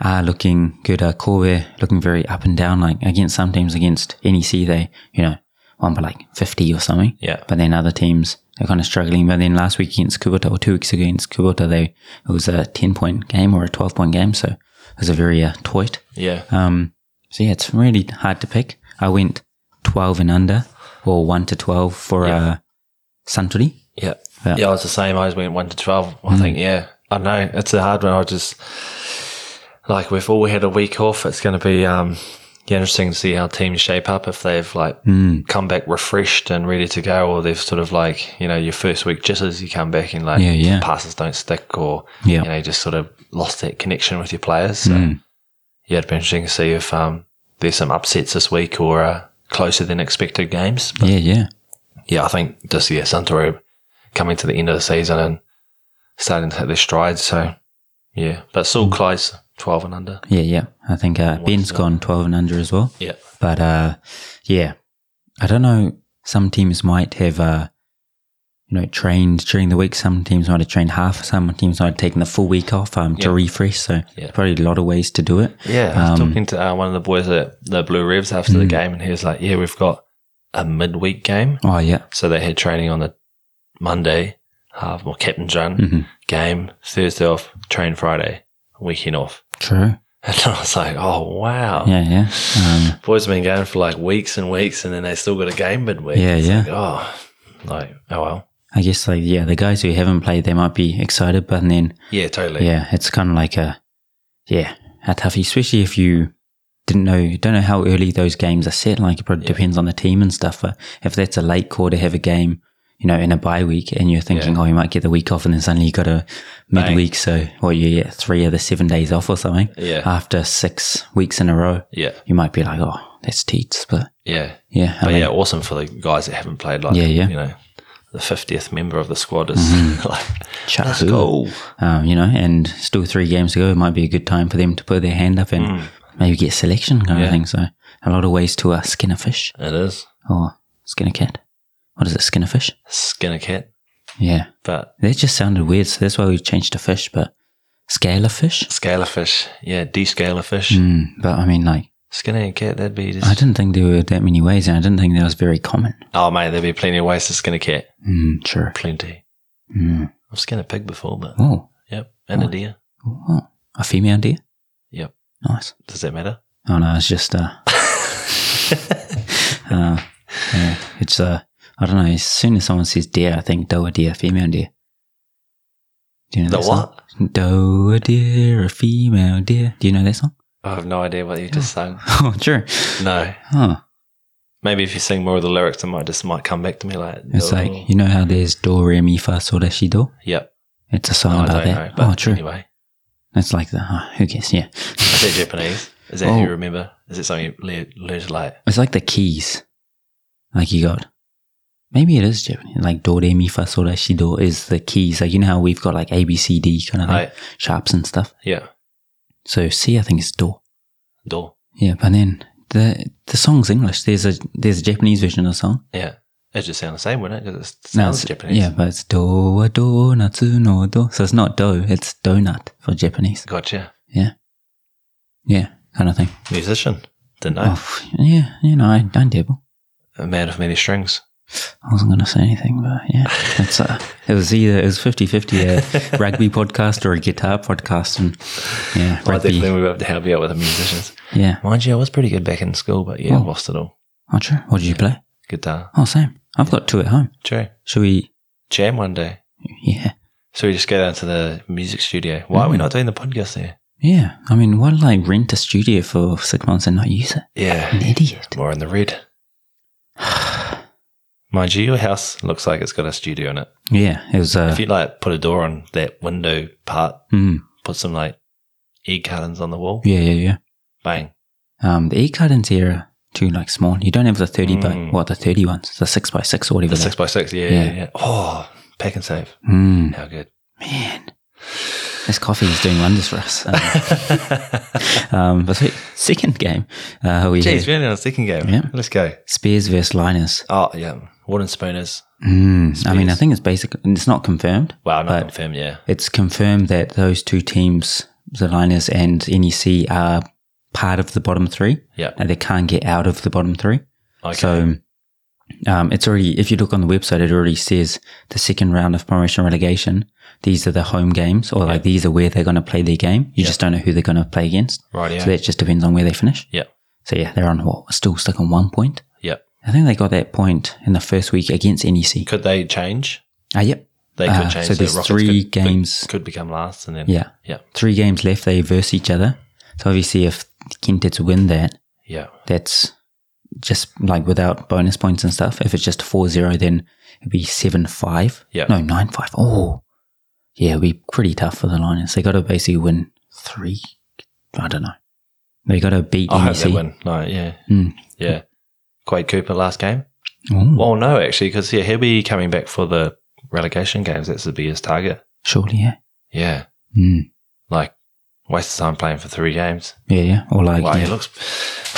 Speaker 1: are looking good. Uh, Kobe looking very up and down, like against some teams against NEC, they, you know, won by like 50 or something.
Speaker 2: Yeah.
Speaker 1: But then other teams are kind of struggling. But then last week against Kubota or two weeks ago against Kubota, they, it was a 10 point game or a 12 point game. So it was a very, uh, toit.
Speaker 2: Yeah.
Speaker 1: Um, so yeah, it's really hard to pick. I went 12 and under or 1 to 12 for uh, Suntory.
Speaker 2: Yeah.
Speaker 1: Yeah. Mm.
Speaker 2: yeah. I was the same. I always went 1 to 12. I think, yeah. I know. It's a hard one. I just, like, we've all had a week off. It's going to be um, yeah, interesting to see how teams shape up if they've, like,
Speaker 1: Mm.
Speaker 2: come back refreshed and ready to go, or they've sort of, like, you know, your first week jitters, you come back and, like,
Speaker 1: Yeah, yeah.
Speaker 2: passes don't stick, or,
Speaker 1: Yeah. Mm.
Speaker 2: you know, you just sort of lost that connection with your players. So, yeah, it'd be interesting to see if um, there's some upsets this week or uh, closer than expected games
Speaker 1: Yeah, yeah.
Speaker 2: yeah, I think this year Suntory coming to the end of the season and starting to hit their stride. So yeah, but
Speaker 1: Mm.
Speaker 2: still close, twelve and under.
Speaker 1: Yeah, yeah. I think uh, Ben's gone 12 and under as well.
Speaker 2: Yeah,
Speaker 1: But uh, yeah, I don't know. Some teams might have, uh, you know, trained during the week. Some teams might have trained half. Some teams might have taken the full week off um, to refresh. So
Speaker 2: Yeah.
Speaker 1: probably a lot of ways to do it.
Speaker 2: yeah. I
Speaker 1: Um,
Speaker 2: was talking to uh, one of the boys at the Blue Revs after
Speaker 1: mm.
Speaker 2: the game, and he was like, "Yeah, we've got a midweek game,
Speaker 1: Oh, yeah.
Speaker 2: so they had training on the Monday, half or Captain John
Speaker 1: Mm. Mm-hmm.
Speaker 2: game, Thursday off, train Friday, weekend off."
Speaker 1: True.
Speaker 2: And I was like, "Oh wow,
Speaker 1: Yeah, yeah. Um,
Speaker 2: boys have been going for like weeks and weeks, and then they still got a game midweek."
Speaker 1: Yeah,
Speaker 2: It's
Speaker 1: yeah.
Speaker 2: Like, oh, like oh well.
Speaker 1: I guess, like, yeah, the guys who haven't played, they might be excited, but then
Speaker 2: Yeah, totally.
Speaker 1: Yeah, it's kind of like a yeah a toughie, especially if you didn't know don't know how early those games are set. Like it probably depends on the team and stuff. But if that's a late call to have a game, you know, in a bye week, and you're thinking, oh, you might get the week off, and then suddenly you got a midweek, so well, you get three of the seven days off or something.
Speaker 2: Yeah.
Speaker 1: After six weeks in a row,
Speaker 2: Yeah,
Speaker 1: you might be like, oh, that's teats, but
Speaker 2: yeah.
Speaker 1: yeah, I
Speaker 2: But
Speaker 1: mean,
Speaker 2: yeah, awesome for the guys that haven't played. Like,
Speaker 1: Yeah, yeah. Mm-hmm.
Speaker 2: you know, the fiftieth member of the squad is like,
Speaker 1: Chat
Speaker 2: let's
Speaker 1: who?
Speaker 2: go.
Speaker 1: um, you know, and still three games to go, it might be a good time for them to put their hand up and maybe get selection kind of
Speaker 2: Mm. Yeah.
Speaker 1: thing. So a lot of ways to uh, skin a fish
Speaker 2: It is
Speaker 1: or skin a cat. What is it? Skin a fish?
Speaker 2: skin a cat,
Speaker 1: Yeah,
Speaker 2: but
Speaker 1: that just sounded weird, so that's why we changed to fish. But scale a fish?
Speaker 2: scale a fish. Yeah, descale a fish.
Speaker 1: Mm, but I mean, like,
Speaker 2: Skinning a cat, that'd be
Speaker 1: I
Speaker 2: just.
Speaker 1: didn't think there were that many ways, and I didn't think that was very common.
Speaker 2: Oh mate, there'd be plenty of ways to skin a cat.
Speaker 1: Mm, true.
Speaker 2: Plenty.
Speaker 1: Mm.
Speaker 2: I've skinned a pig before, but
Speaker 1: Oh,
Speaker 2: yep, and a deer.
Speaker 1: oh, a female deer?
Speaker 2: Yep.
Speaker 1: Nice.
Speaker 2: Does that matter?
Speaker 1: Oh no, it's just uh, uh yeah, it's uh, I don't know. As soon as someone says deer, I think doe a deer, female deer. Do you know
Speaker 2: The
Speaker 1: that song?
Speaker 2: what?
Speaker 1: Doe a deer, a female deer. Do you know that song?
Speaker 2: I have no idea what you just sung.
Speaker 1: Oh, sure.
Speaker 2: No,
Speaker 1: Oh,
Speaker 2: maybe if you sing more of the lyrics, it might just might come back to me like.
Speaker 1: it's
Speaker 2: "Oh."
Speaker 1: like you know how there's do re mi fa sol la si do.
Speaker 2: Yep.
Speaker 1: It's a song
Speaker 2: No, I
Speaker 1: about
Speaker 2: don't
Speaker 1: that.
Speaker 2: know. But
Speaker 1: oh, true.
Speaker 2: Anyway.
Speaker 1: That's like the oh, who cares? Yeah,
Speaker 2: Is that Japanese? Is that
Speaker 1: Oh.
Speaker 2: how you remember? Is it something you learned, learned like?
Speaker 1: it's like the keys. Like you got. Maybe it is Japanese. Like do re mi fa sol la si do is the keys. Like you know how we've got like A B C D kind of thing.
Speaker 2: Right.
Speaker 1: sharps and stuff.
Speaker 2: Yeah.
Speaker 1: So C, I think is do.
Speaker 2: Do.
Speaker 1: Yeah, but then the the song's English. There's a there's a Japanese version of the song.
Speaker 2: Yeah. It just sounds the same, wouldn't it? Because it
Speaker 1: No,
Speaker 2: sounds
Speaker 1: it's-
Speaker 2: Japanese.
Speaker 1: Yeah, but it's do wa do natsu no do. So it's not do, it's donut for Japanese.
Speaker 2: Gotcha.
Speaker 1: Yeah, yeah, kind of thing.
Speaker 2: Musician. Didn't
Speaker 1: Oh,
Speaker 2: know.
Speaker 1: f- yeah, you know, I don't dabble. Oh.
Speaker 2: A man of many strings.
Speaker 1: I wasn't going to say anything, but yeah, it's uh, it was either it was 50-50 a rugby podcast or a guitar podcast, and yeah,
Speaker 2: I
Speaker 1: rugby,
Speaker 2: Oh, definitely would have to help you out with the musicians.
Speaker 1: yeah.
Speaker 2: Mind you, I was pretty good back in school, but yeah, I lost it all.
Speaker 1: Oh, true. What did you play?
Speaker 2: Guitar.
Speaker 1: Oh, same. I've got two at home.
Speaker 2: True.
Speaker 1: Should we?
Speaker 2: Jam one day.
Speaker 1: Yeah.
Speaker 2: So we just go down to the music studio. Why
Speaker 1: Mm.
Speaker 2: are we not doing the podcast there?
Speaker 1: Yeah, I mean, why did I rent a studio for six months and not use it?
Speaker 2: Yeah.
Speaker 1: An idiot.
Speaker 2: More in the red. Mind you, your house looks like it's got a studio in it.
Speaker 1: Yeah, it was. Uh,
Speaker 2: If you like put a door on that window part,
Speaker 1: mm,
Speaker 2: put some like egg cartons on the wall,
Speaker 1: yeah, yeah, yeah.
Speaker 2: bang,
Speaker 1: Um, the e cuttings era too like small. You don't have the thirty by
Speaker 2: Mm.
Speaker 1: what the thirty ones, the six by six or whatever.
Speaker 2: The
Speaker 1: they
Speaker 2: six by six, yeah,
Speaker 1: Yeah.
Speaker 2: yeah, yeah. Oh, pack and save.
Speaker 1: are. Mm,
Speaker 2: How good.
Speaker 1: man, this coffee is doing wonders for us. Um, um, but sweet. second game, uh, we
Speaker 2: Jeez,
Speaker 1: had
Speaker 2: we're only on the second game.
Speaker 1: Yeah.
Speaker 2: Let's go.
Speaker 1: Spears versus Liners.
Speaker 2: Oh, yeah. Wooden spooners.
Speaker 1: Mm, I mean, I
Speaker 2: Spears.
Speaker 1: think it's basic. It's not confirmed.
Speaker 2: Wow, not
Speaker 1: But-
Speaker 2: confirmed, yeah.
Speaker 1: It's confirmed that those two teams, the Liners and NEC, are part of the bottom three.
Speaker 2: Yeah.
Speaker 1: and they can't get out of the bottom three.
Speaker 2: Okay.
Speaker 1: So um, it's already, if you look on the website, it already says the second round of promotion relegation. These are the home games, or like these are where they're going to play their game. You just don't know who they're going to play against.
Speaker 2: right, yeah.
Speaker 1: So that just depends on where they finish.
Speaker 2: yeah.
Speaker 1: So yeah, they're on what? Still stuck on one point.
Speaker 2: Yeah.
Speaker 1: I think they got that point in the first week against E NEC.
Speaker 2: Could they change?
Speaker 1: Ah, yep.
Speaker 2: They could
Speaker 1: Ah,
Speaker 2: change.
Speaker 1: so
Speaker 2: the
Speaker 1: there's
Speaker 2: Rockets
Speaker 1: three
Speaker 2: could,
Speaker 1: games.
Speaker 2: Could, could become last and then.
Speaker 1: Yeah.
Speaker 2: Yeah.
Speaker 1: Three games left. They verse each other. So obviously, if Kintets win that,
Speaker 2: Yeah.
Speaker 1: that's just like without bonus points and stuff. If it's just 4 0, then it'd be 7 5.
Speaker 2: Yeah.
Speaker 1: No, 9 5. Oh, yeah, it'd be pretty tough for the Lions. They got to basically win three. I don't know. They got to beat E
Speaker 2: I hope they
Speaker 1: NEC.
Speaker 2: win. No, yeah.
Speaker 1: Mm.
Speaker 2: Yeah. Quade Cooper last game?
Speaker 1: Ooh,
Speaker 2: Well, no, actually, because yeah, he'll be coming back for the relegation games. That's the biggest target.
Speaker 1: surely, yeah.
Speaker 2: Yeah.
Speaker 1: Mm.
Speaker 2: Like, waste of time playing for three games.
Speaker 1: Yeah, yeah. Or like,
Speaker 2: Wow, he
Speaker 1: yeah,
Speaker 2: looks.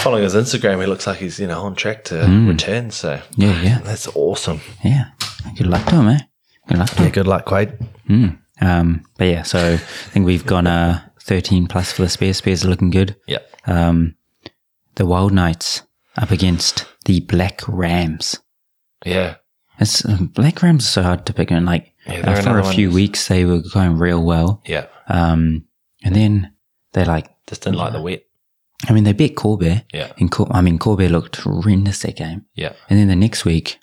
Speaker 2: Following his Instagram, he looks like he's you know on track to
Speaker 1: Mm.
Speaker 2: return. So
Speaker 1: yeah, yeah,
Speaker 2: that's awesome.
Speaker 1: yeah. Good luck to him, eh? Good luck to him.
Speaker 2: good luck, Quade.
Speaker 1: Mm. Um, but yeah, so I think we've gone uh, 13 plus for the Spears. Spears are looking good.
Speaker 2: Yeah,
Speaker 1: um, the Wild Knights up against the Black Rams.
Speaker 2: yeah,
Speaker 1: It's uh, Black Rams are so hard to pick, and like
Speaker 2: yeah. they're
Speaker 1: after
Speaker 2: another
Speaker 1: a
Speaker 2: one
Speaker 1: few
Speaker 2: that's-
Speaker 1: weeks, they were going real well.
Speaker 2: Yeah,
Speaker 1: Um, and then they like,
Speaker 2: just didn't like the wet.
Speaker 1: I mean, they beat Corbear,
Speaker 2: Yeah,
Speaker 1: and Cor- I mean, Corbear looked horrendous that game.
Speaker 2: yeah,
Speaker 1: And then the next week,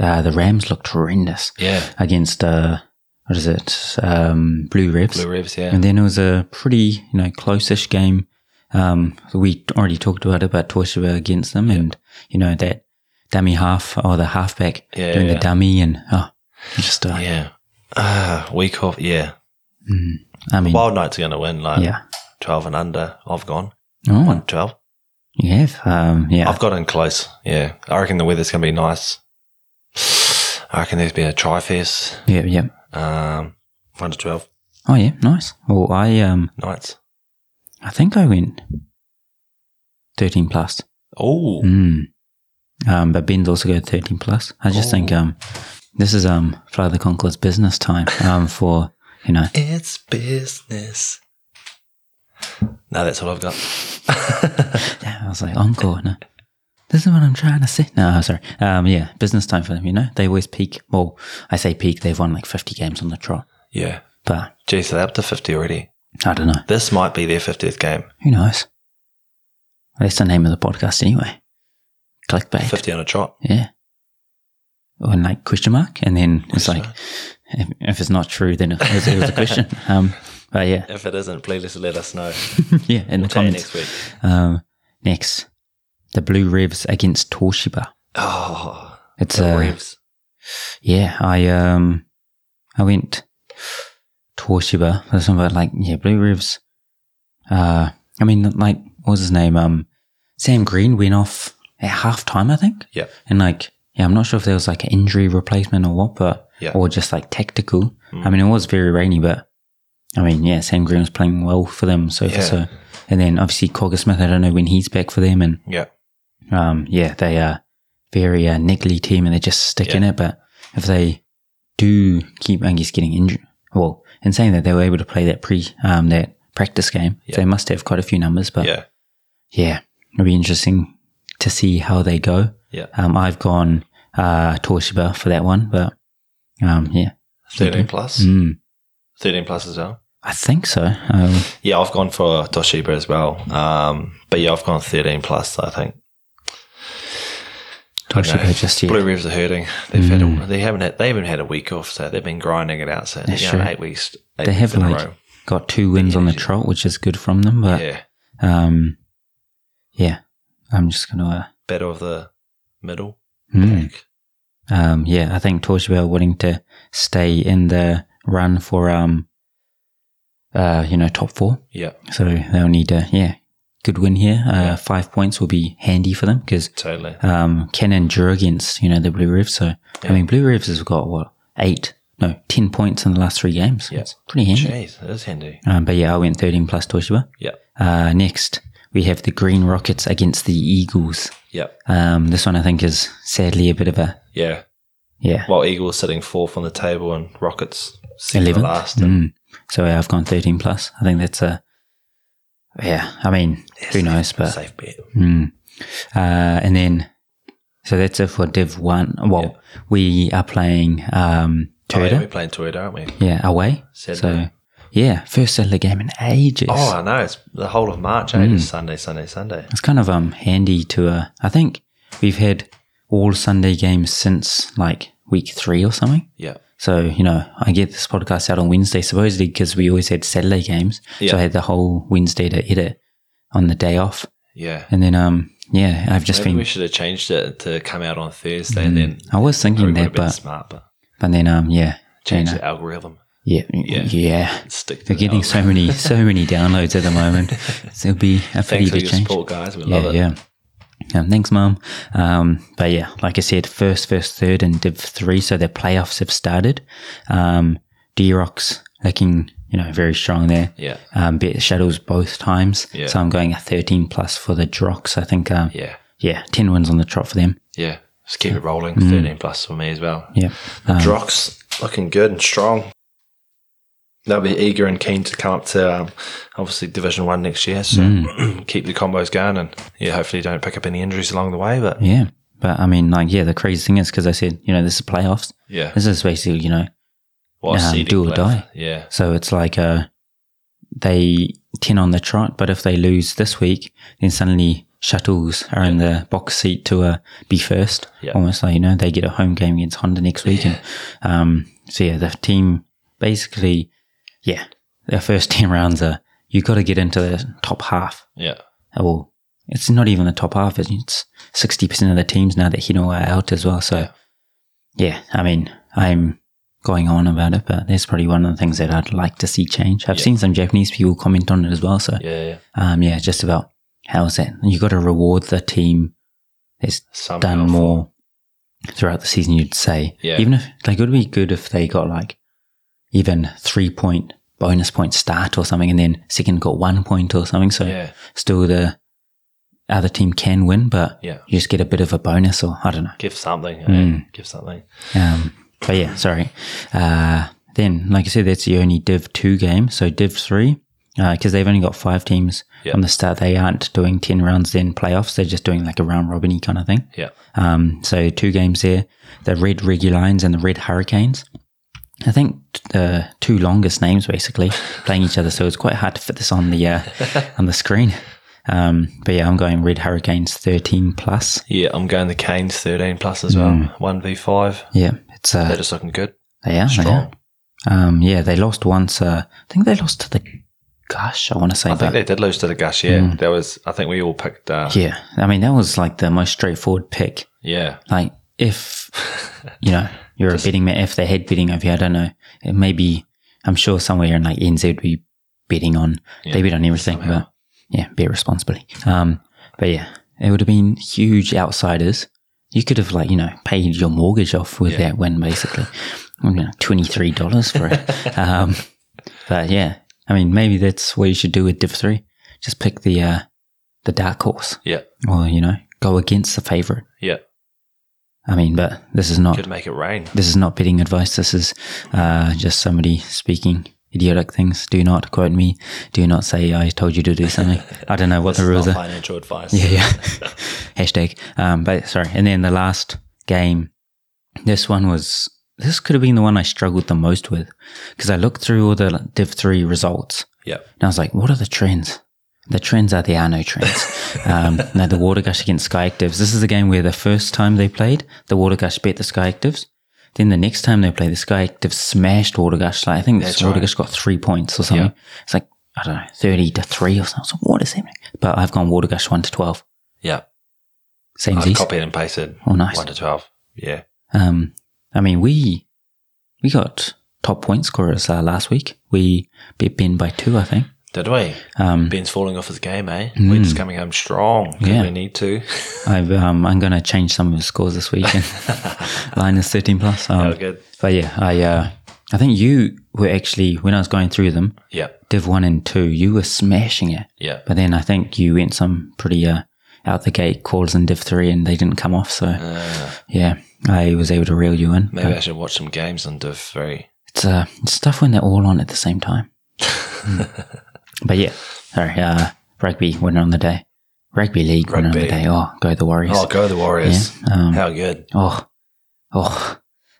Speaker 1: uh, the Rams looked horrendous
Speaker 2: yeah.
Speaker 1: against uh, what is it, um, Blue Revs.
Speaker 2: Blue Revs. Yeah,
Speaker 1: And then it was a pretty, you know, close-ish game. Um, we already talked about it, about Toshiba against them and, you know, that dummy half or the halfback
Speaker 2: Yeah,
Speaker 1: doing the
Speaker 2: yeah.
Speaker 1: dummy and, oh, just, uh,
Speaker 2: yeah. Ah, week off. Yeah,
Speaker 1: mm, I mean,
Speaker 2: Wild Knights are going to win. Like
Speaker 1: yeah.
Speaker 2: twelve and under. I've gone
Speaker 1: Oh,
Speaker 2: twelve.
Speaker 1: you have, um, yeah.
Speaker 2: I've got in close. Yeah, I reckon the weather's going to be nice. I reckon there's be a tri fest.
Speaker 1: yeah, yeah.
Speaker 2: Um, one to twelve
Speaker 1: Oh, yeah, nice. Well, I, um,
Speaker 2: nights.
Speaker 1: I think I went 13 plus.
Speaker 2: Oh,
Speaker 1: Mm. Um, but Ben's also got 13 plus. I just think,
Speaker 2: Oh.
Speaker 1: um, this is, um, Fly the Concorde's business time, um, for, you know,
Speaker 2: It's business. No, that's all I've got.
Speaker 1: Yeah, I was like, encore. No. This is what I'm trying to say. No, sorry. Um, yeah, business time for them, you know? They always peak. Well, I say peak, they've won like 50 games on the trot.
Speaker 2: yeah.
Speaker 1: But
Speaker 2: Geez, they're up to 50 already.
Speaker 1: I don't know.
Speaker 2: This might be their 50th game.
Speaker 1: Who knows? That's the name of the podcast anyway. Clickbait.
Speaker 2: 50 on a trot.
Speaker 1: Yeah. Or in, like question mark. And then it's
Speaker 2: Question
Speaker 1: like, if, if it's not true, then it was, it was a question. Um, but yeah,
Speaker 2: If it isn't, please let us know.
Speaker 1: yeah, in the
Speaker 2: We'll tell you next
Speaker 1: comments.
Speaker 2: week.
Speaker 1: Um, next, the Blue Revs against Toshiba.
Speaker 2: Oh,
Speaker 1: It's
Speaker 2: the
Speaker 1: a.
Speaker 2: Revs.
Speaker 1: Yeah, I um, I went Toshiba. That's about like yeah, Blue Rivers. Uh, I mean, like what was his name? Um, Sam Green went off at half time, I think.
Speaker 2: Yeah.
Speaker 1: And like, yeah, I'm not sure if there was like an injury replacement or what, but
Speaker 2: Yeah.
Speaker 1: or just like tactical.
Speaker 2: Mm.
Speaker 1: I mean, it was very rainy, but I mean, yeah, Sam Green was playing well for them so
Speaker 2: Yeah.
Speaker 1: so. And then obviously Cogger Smith, I don't know when he's back for them, and
Speaker 2: Yeah.
Speaker 1: um, yeah, they are very uh, niggly team and they just stick in it. But if they do keep, I guess, getting injured, well, in saying that they were able to play that pre um, that practice game,
Speaker 2: Yeah.
Speaker 1: they must have quite a few numbers. But yeah,
Speaker 2: Yeah.
Speaker 1: it'll be interesting to see how they go.
Speaker 2: Yeah.
Speaker 1: Um, I've gone uh, Toshiba for that one, but um, yeah,
Speaker 2: 13 plus.
Speaker 1: Mm,
Speaker 2: 13 plus as well.
Speaker 1: I think so. Um,
Speaker 2: Yeah, I've gone for Toshiba as well. Um, but yeah, I've gone 13 plus, I think.
Speaker 1: Toshiba
Speaker 2: know.
Speaker 1: uh, just yet.
Speaker 2: Blue Revs are hurting. They've had
Speaker 1: Mm.
Speaker 2: a, they haven't had, they haven't had a week off, so they've been grinding it out. So
Speaker 1: That's
Speaker 2: you know,
Speaker 1: true.
Speaker 2: eight weeks, eight
Speaker 1: They
Speaker 2: weeks
Speaker 1: have
Speaker 2: in
Speaker 1: like
Speaker 2: a row.
Speaker 1: got two wins on the
Speaker 2: energy.
Speaker 1: trot, which is good from them. But
Speaker 2: yeah,
Speaker 1: um, yeah, I'm just gonna. Uh,
Speaker 2: battle of the middle.
Speaker 1: mm.
Speaker 2: Like,
Speaker 1: Um, yeah, I think Toshiba are wanting to stay in the run for, um, uh, you know, top four.
Speaker 2: yeah,
Speaker 1: So they'll need to, yeah, good win here. Uh, Five points will be handy for them because
Speaker 2: Totally.
Speaker 1: um, Ken and drew against you know the Blue Revs. So I mean, Blue Revs has got what eight, no, ten points in the last three games.
Speaker 2: Yeah.
Speaker 1: It's pretty handy.
Speaker 2: Jeez, that is handy.
Speaker 1: Um, but yeah, I went thirteen plus Toshiba.
Speaker 2: Yep.
Speaker 1: Uh, next, we have the Green Rockets against the Eagles.
Speaker 2: Yep.
Speaker 1: Um, this one I think is sadly a bit of a
Speaker 2: Yeah.
Speaker 1: yeah.
Speaker 2: While Eagles sitting fourth on the table and Rockets second
Speaker 1: 11th?
Speaker 2: last.
Speaker 1: Mm. So yeah, I've gone thirteen plus. I think that's a yeah. I mean, who knows? But
Speaker 2: Safe bet. Oh,
Speaker 1: Mm. Uh, and then, so that's it for Div 1. Well, we are playing um,
Speaker 2: Oh, yeah, we're
Speaker 1: Toyota.
Speaker 2: playing Toyota, aren't we?
Speaker 1: yeah, away.
Speaker 2: Saturday.
Speaker 1: So, yeah, first Saturday game in ages.
Speaker 2: Oh, I know. It's the whole of March, eh?
Speaker 1: Mm.
Speaker 2: Just Sunday, Sunday, Sunday.
Speaker 1: It's kind of um handy to, uh, I think we've had all Sunday games since like week three or something.
Speaker 2: Yeah.
Speaker 1: So, you know, I get this podcast out on Wednesday, supposedly because we always had Saturday games.
Speaker 2: Yeah.
Speaker 1: So I had the whole Wednesday to edit on the day off.
Speaker 2: Yeah.
Speaker 1: And then, um, yeah, I've just
Speaker 2: Maybe we
Speaker 1: been,
Speaker 2: should have changed it to come out on Thursday and then
Speaker 1: I was
Speaker 2: we
Speaker 1: thinking
Speaker 2: would have
Speaker 1: that,
Speaker 2: been
Speaker 1: but
Speaker 2: smart, but
Speaker 1: But then, um, yeah,
Speaker 2: change
Speaker 1: Jane,
Speaker 2: the algorithm.
Speaker 1: yeah,
Speaker 2: Yeah. Oh.
Speaker 1: yeah, yeah.
Speaker 2: Stick to
Speaker 1: They're
Speaker 2: the
Speaker 1: getting so
Speaker 2: algorithm.
Speaker 1: many, so many downloads at the moment. So it'll be a pretty
Speaker 2: Thanks for
Speaker 1: big
Speaker 2: your
Speaker 1: change.
Speaker 2: support, guys. We
Speaker 1: Yeah,
Speaker 2: love it.
Speaker 1: yeah. Um, thanks, mum. Um, but yeah, like I said, first, first, third, and Div three. So their playoffs have started. Um, D Rocks looking, you know, very strong there.
Speaker 2: Yeah.
Speaker 1: Um, bet shadows both times.
Speaker 2: Yeah.
Speaker 1: So I'm going a 13 plus for the Drox. I think, um, yeah.
Speaker 2: Yeah.
Speaker 1: 10 wins on the trot for them.
Speaker 2: Yeah. Just keep it rolling.
Speaker 1: Mm.
Speaker 2: 13 plus for me as well.
Speaker 1: Yeah.
Speaker 2: Drox looking good and strong. They'll be eager and keen to come up to um, obviously Division One next year. So
Speaker 1: Mm.
Speaker 2: keep the combos going, and yeah, hopefully don't pick up any injuries along the way. But
Speaker 1: Yeah. But I mean, like, yeah, the crazy thing is because I said, you know, this is playoffs.
Speaker 2: yeah,
Speaker 1: This is basically, you know,
Speaker 2: well,
Speaker 1: um,
Speaker 2: seeding
Speaker 1: do or
Speaker 2: play.
Speaker 1: die.
Speaker 2: Yeah,
Speaker 1: so it's like uh, they 10 on the trot, but if they lose this week, then suddenly shuttles are in the box seat to uh, be first.
Speaker 2: Yeah.
Speaker 1: Almost like, you know, they get a home game against Honda next week. And, um, so yeah, the team basically, yeah, their first 10 rounds are, you got to get into the top half.
Speaker 2: yeah,
Speaker 1: Oh, Well, it's not even the top half, it's- it's 60% of the teams now that Hino are out as well. So, yeah, I mean, I'm going on about it, but that's probably one of the things that I'd like to see change. I've seen some Japanese people comment on it as well. So,
Speaker 2: yeah. yeah.
Speaker 1: um, yeah, just about how is that? you got to reward the team that's
Speaker 2: Somehow
Speaker 1: done more throughout the season, you'd say.
Speaker 2: Yeah.
Speaker 1: Even if, like, it would be good if they got, like, even three point bonus point start or something, and then second got one point or something. So,
Speaker 2: Yeah,
Speaker 1: still the other team can win, but
Speaker 2: yeah.
Speaker 1: you just get a bit of a bonus or I don't know.
Speaker 2: Give something. eh?
Speaker 1: Mm.
Speaker 2: Give something.
Speaker 1: Um, but yeah, sorry. Uh, then, like I said, that's the only Div 2 game. So Div 3, because they've only got five teams
Speaker 2: Yeah.
Speaker 1: from the start. They aren't doing 10 rounds then playoffs. They're just doing like a round robin kind of thing.
Speaker 2: Yeah,
Speaker 1: Um, so two games there, the Red Reggie Lions and the Red Hurricanes. I think the two longest names basically playing each other, so it's quite hard to fit this on the uh, on the screen. Um, but yeah, I'm going Red Hurricanes 13 plus.
Speaker 2: yeah. I'm going the Canes 13 plus as
Speaker 1: Mm.
Speaker 2: well. One v five.
Speaker 1: Yeah, it's
Speaker 2: They're
Speaker 1: uh,
Speaker 2: just looking good.
Speaker 1: yeah, Oh, yeah.
Speaker 2: Strong.
Speaker 1: Um, yeah, they lost once. Uh, I think they lost to the Gosh. I want to say,
Speaker 2: I think
Speaker 1: but
Speaker 2: they did lose to the Gush. Yeah,
Speaker 1: Mm.
Speaker 2: there was. I think we all picked. Uh, yeah.
Speaker 1: yeah, I mean that was like the most straightforward pick.
Speaker 2: yeah,
Speaker 1: Like if you know you're a betting man, if they had betting over here, I don't know. It maybe I'm sure somewhere in like NZ would be betting on they bet on everything, but yeah, bet responsibly. Um, but yeah, it would have been huge outsiders. You could have like you know paid your mortgage off with that win, basically. twenty three dollars for it. um, but yeah, I mean maybe that's what you should do with Div three. Just pick the uh, the dark horse,
Speaker 2: yeah,
Speaker 1: or you know go against the favorite.
Speaker 2: yeah.
Speaker 1: I mean, but this is not
Speaker 2: Could make it rain.
Speaker 1: this is not betting advice. This is uh, just somebody speaking idiotic things. Do not quote me. Do not say I told you to do something. I don't know what the rules
Speaker 2: Not
Speaker 1: are.
Speaker 2: financial advice.
Speaker 1: Yeah, yeah. Hashtag. Um, but sorry. And then the last game, this one was, this could have been the one I struggled the most with because I looked through all the Div 3 results
Speaker 2: yeah.
Speaker 1: and I was like, what are the trends? The trends are there are no trends. um, no, the Water Gush against Sky Actives. This is a game where the first time they played, the Water Gush beat the Sky Actives. Then the next time they played, the Sky Actives smashed Water Gush. Like, I think this Water Gush got three points or something. It's like, I don't know, 30 to 3 or something. So what is happening? But I've gone Water Gush 1 to 12.
Speaker 2: Yeah.
Speaker 1: Same
Speaker 2: I
Speaker 1: as
Speaker 2: copied and pasted.
Speaker 1: Oh, nice.
Speaker 2: 1 to 12. Yeah.
Speaker 1: Um, I mean, we we got top point scorers uh, last week. We beat Ben by two, I think.
Speaker 2: Did we?
Speaker 1: Um, mm.
Speaker 2: Ben's falling off his game, eh? We're just coming home strong.
Speaker 1: Yeah.
Speaker 2: We need to.
Speaker 1: I've, um, I'm going to change some of the scores this weekend. Linus 13 plus. Um,
Speaker 2: Oh, good.
Speaker 1: But yeah, I uh, I think you were actually when I was going through them,
Speaker 2: Yep.
Speaker 1: Div One and Two, you were smashing it.
Speaker 2: Yep.
Speaker 1: But then I think you went some pretty uh, out the gate calls in Div Three, and they didn't come off. So yeah, I was able to reel you in.
Speaker 2: Uh, Maybe I should watch some games on Div 3.
Speaker 1: It's uh, it's tough when they're all on at the same time. Mm. but yeah, sorry. Uh, rugby winner on the day. Rugby league winner on the
Speaker 2: Rugby.
Speaker 1: day. Oh, go the Warriors.
Speaker 2: Oh, go the Warriors.
Speaker 1: Yeah. Um,
Speaker 2: How good.
Speaker 1: oh, oh.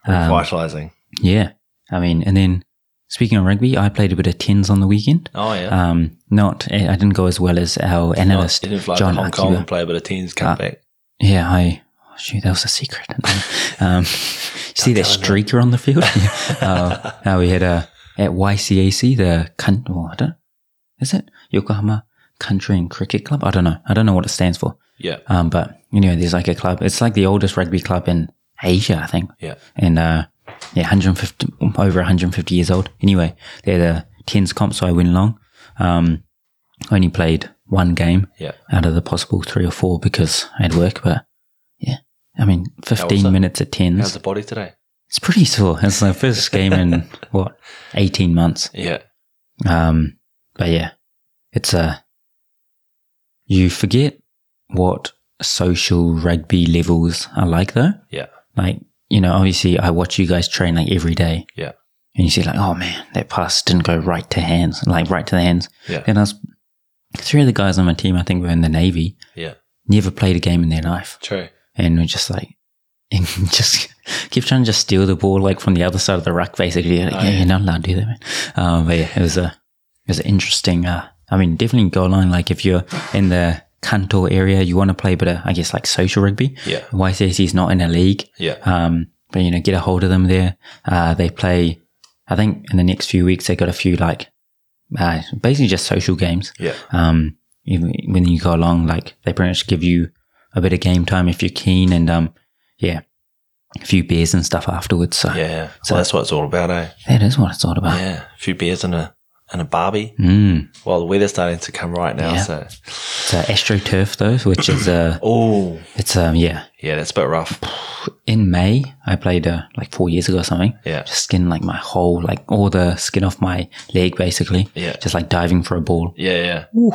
Speaker 2: Revitalising.
Speaker 1: Yeah. I mean, and then speaking of rugby, I played a bit of tens on the weekend.
Speaker 2: Oh, yeah.
Speaker 1: Um, not, I didn't go as well as our
Speaker 2: No,
Speaker 1: analyst,
Speaker 2: you didn't fly
Speaker 1: John
Speaker 2: to Hong Kong
Speaker 1: Akiba.
Speaker 2: and play a bit of teens come
Speaker 1: Ah.
Speaker 2: back.
Speaker 1: Yeah, I, oh, shoot, that was a secret. um, you see that
Speaker 2: tell him
Speaker 1: streaker on the field? Yeah. uh, now we had a, at YCAC, the, coun- well, I don't, is it Yokohama Country and Cricket Club? I don't know. I don't know what it stands for.
Speaker 2: Yeah.
Speaker 1: Um, but anyway, there's like a club. It's like the oldest rugby club in Asia, I think.
Speaker 2: Yeah.
Speaker 1: and uh, yeah, 150 over 150 years old. Anyway, they're the tens comp, so I went along. Um, I only played one game
Speaker 2: Yeah.
Speaker 1: out of the possible three or four because I had work, but yeah, I mean,
Speaker 2: it?
Speaker 1: 15 minutes at
Speaker 2: How's
Speaker 1: tens.
Speaker 2: the body today?
Speaker 1: It's pretty sore. It's my first game in what 18 months.
Speaker 2: Yeah.
Speaker 1: Um, but yeah, it's a you forget what social rugby levels are like though.
Speaker 2: Yeah.
Speaker 1: Like, you know, obviously I watch you guys train like every day.
Speaker 2: Yeah.
Speaker 1: And you see like, oh man, that pass didn't go right to hands, like right to the hands.
Speaker 2: Yeah.
Speaker 1: And I was three of the guys on my team, I think were in the Navy,
Speaker 2: Yeah.
Speaker 1: never played a game in their life.
Speaker 2: True.
Speaker 1: And we're just like and just keep trying to just steal the ball like from the other side of the ruck basically. Like,
Speaker 2: Oh,
Speaker 1: yeah,
Speaker 2: yeah.
Speaker 1: you're not allowed to do that, man. Um, but yeah, it was a it was an interesting uh I mean definitely goal line like if you're in the Kantor area, you want to play a bit of, I guess, like social rugby.
Speaker 2: Yeah.
Speaker 1: YCAC is not in a league.
Speaker 2: Yeah.
Speaker 1: Um, but you know, get a hold of them there. Uh, they play, I think in the next few weeks, they got a few like, uh, basically just social games.
Speaker 2: Yeah.
Speaker 1: Um, even when you go along, like they pretty much give you a bit of game time if you're keen and, um, yeah, a few beers and stuff afterwards. So
Speaker 2: Yeah. So that's what it's all about, eh?
Speaker 1: that is what it's all about.
Speaker 2: Yeah. A few beers and a and a barbie.
Speaker 1: Mm.
Speaker 2: Well, the weather's starting to come right now,
Speaker 1: Yeah.
Speaker 2: so
Speaker 1: It's uh, AstroTurf though, which is, uh,
Speaker 2: Oh.
Speaker 1: it's, um, yeah,
Speaker 2: Yeah, that's a bit rough.
Speaker 1: in May, I played, uh, like four years ago or something.
Speaker 2: Yeah.
Speaker 1: Just skin like my whole, like all the skin off my leg basically.
Speaker 2: Yeah.
Speaker 1: Just like diving for a ball.
Speaker 2: Yeah, yeah.
Speaker 1: Ooh,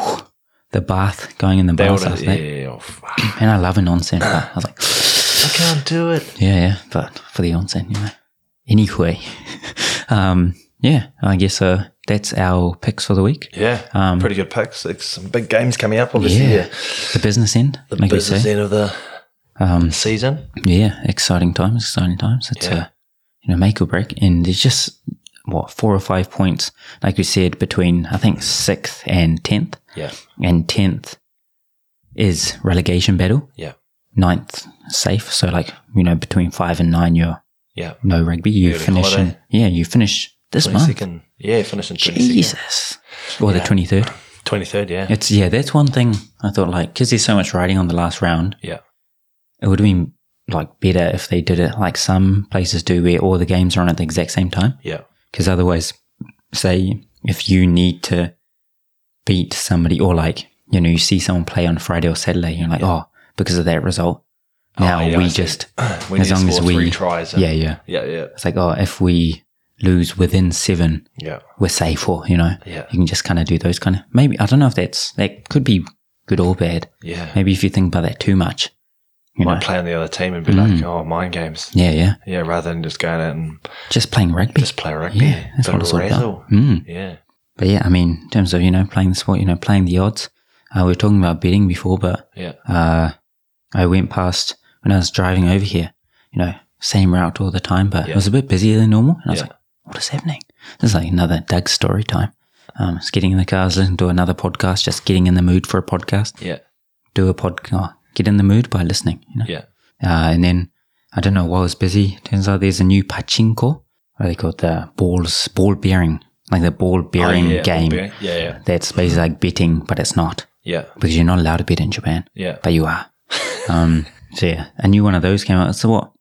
Speaker 1: the bath, going in the
Speaker 2: They
Speaker 1: bath.
Speaker 2: would
Speaker 1: I
Speaker 2: have,
Speaker 1: was
Speaker 2: yeah,
Speaker 1: like,
Speaker 2: yeah, oh, fuck.
Speaker 1: Man, I love an onsen. But I was like,
Speaker 2: I can't do it.
Speaker 1: yeah, yeah, but for the onsen, you know. Anyway, um, yeah, I guess uh, that's our picks for the week.
Speaker 2: Yeah.
Speaker 1: Um,
Speaker 2: Pretty good picks. It's some big games coming up, obviously.
Speaker 1: Yeah.
Speaker 2: Yeah.
Speaker 1: The business end,
Speaker 2: The
Speaker 1: like we
Speaker 2: business
Speaker 1: say.
Speaker 2: end of the
Speaker 1: Um,
Speaker 2: season.
Speaker 1: yeah, exciting times, exciting times. It's
Speaker 2: Yeah.
Speaker 1: uh, you know make or break, and there's just what four or five points, like we said, between I think sixth and tenth,
Speaker 2: Yeah.
Speaker 1: and tenth is relegation battle.
Speaker 2: Yeah.
Speaker 1: ninth safe. So like you know between five and nine, you're
Speaker 2: Yeah.
Speaker 1: no rugby. You
Speaker 2: Early
Speaker 1: finish in,
Speaker 2: holiday.
Speaker 1: yeah, you finish this
Speaker 2: Twenty
Speaker 1: month.
Speaker 2: second. Yeah, finishing twenty second.
Speaker 1: Jesus, or the twenty third.
Speaker 2: Twenty third, yeah.
Speaker 1: It's yeah, that's one thing I thought like because there's so much riding on the last round.
Speaker 2: Yeah.
Speaker 1: It would have been like better if they did it like some places do, where all the games are on at the exact same time.
Speaker 2: Yeah.
Speaker 1: Because otherwise, say if you need to beat somebody, or like you know, you see someone play on Friday or Saturday, you're like, oh, because of that result, now
Speaker 2: Oh, yeah, I
Speaker 1: we
Speaker 2: see.
Speaker 1: just
Speaker 2: we need
Speaker 1: as
Speaker 2: to
Speaker 1: long as
Speaker 2: score
Speaker 1: we-
Speaker 2: three tries. and-
Speaker 1: yeah, yeah.
Speaker 2: yeah, yeah,
Speaker 1: It's like oh, if we lose within seven,
Speaker 2: yeah,
Speaker 1: we're safe, or you know,
Speaker 2: yeah,
Speaker 1: you can just kind of do those kind of maybe I don't know if that's that could be good or bad.
Speaker 2: yeah.
Speaker 1: Maybe if you think about that too much, you know.
Speaker 2: Might play on the other team and be
Speaker 1: Mm.
Speaker 2: like, oh, mind games.
Speaker 1: Yeah, yeah.
Speaker 2: Yeah, rather than just going out and
Speaker 1: Just playing rugby.
Speaker 2: just play rugby.
Speaker 1: yeah, that's
Speaker 2: Bit
Speaker 1: what
Speaker 2: of
Speaker 1: it's all
Speaker 2: razzle.
Speaker 1: about. Mm.
Speaker 2: Yeah,
Speaker 1: But yeah, I mean, in terms of you know playing the sport, you know playing the odds. Uh, we were talking about betting before, but
Speaker 2: yeah,
Speaker 1: uh, I went past when I was driving over here. You know, same route all the time, but
Speaker 2: Yeah.
Speaker 1: it was a bit busier than normal, and I was
Speaker 2: Yeah.
Speaker 1: like, "What is happening?" This is like another Doug story time. Um, just getting in the cars, listening to another podcast, just getting in the mood for a podcast.
Speaker 2: yeah,
Speaker 1: Do a podcast, get in the mood by listening. You know.
Speaker 2: yeah.
Speaker 1: Uh, and then I don't know why I was busy. Turns out there's a new pachinko. What are they called? The balls, ball bearing, like the ball bearing
Speaker 2: Oh, yeah,
Speaker 1: game.
Speaker 2: Yeah, yeah,
Speaker 1: That's basically like betting, but it's not
Speaker 2: yeah,
Speaker 1: because you're not allowed to bet in Japan,
Speaker 2: yeah,
Speaker 1: but you are. um, so yeah, a new one of those came out. So what?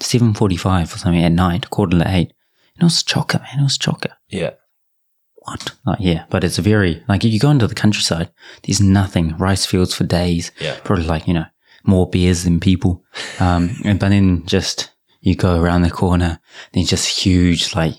Speaker 1: Seven forty-five or something at night, quarter to eight. And it was chocker, man. It was chocker.
Speaker 2: yeah.
Speaker 1: what? Like, yeah, but it's very, like, you go into the countryside, there's nothing, rice fields for days,
Speaker 2: Yeah.
Speaker 1: probably like, you know, more beers than people. Um, and, but then just, you go around the corner, then just huge, like,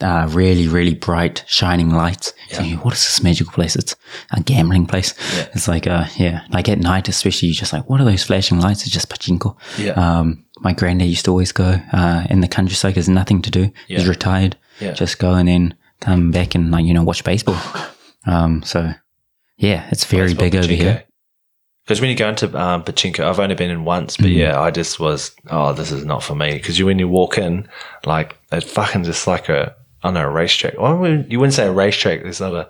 Speaker 1: uh, really, really bright, shining lights. So you, what is this magical place? It's a gambling place.
Speaker 2: Yeah.
Speaker 1: It's like, uh, yeah, like at night, especially, you're just like, what are those flashing lights? It's just pachinko.
Speaker 2: Yeah.
Speaker 1: Um, my granddad used to always go uh, in the countryside. There's nothing to do. He's
Speaker 2: Yeah.
Speaker 1: retired.
Speaker 2: Yeah.
Speaker 1: Just go and then come back and like you know watch baseball. Um, so yeah, it's very big over here.
Speaker 2: Because when you go into um, pachinko, I've only been in once,
Speaker 1: Mm.
Speaker 2: but yeah, I just was, oh, this is not for me. Because you, when you walk in, like it's fucking just like a, I don't know, a racetrack. Well, I wouldn't- you wouldn't say a racetrack. There's not a.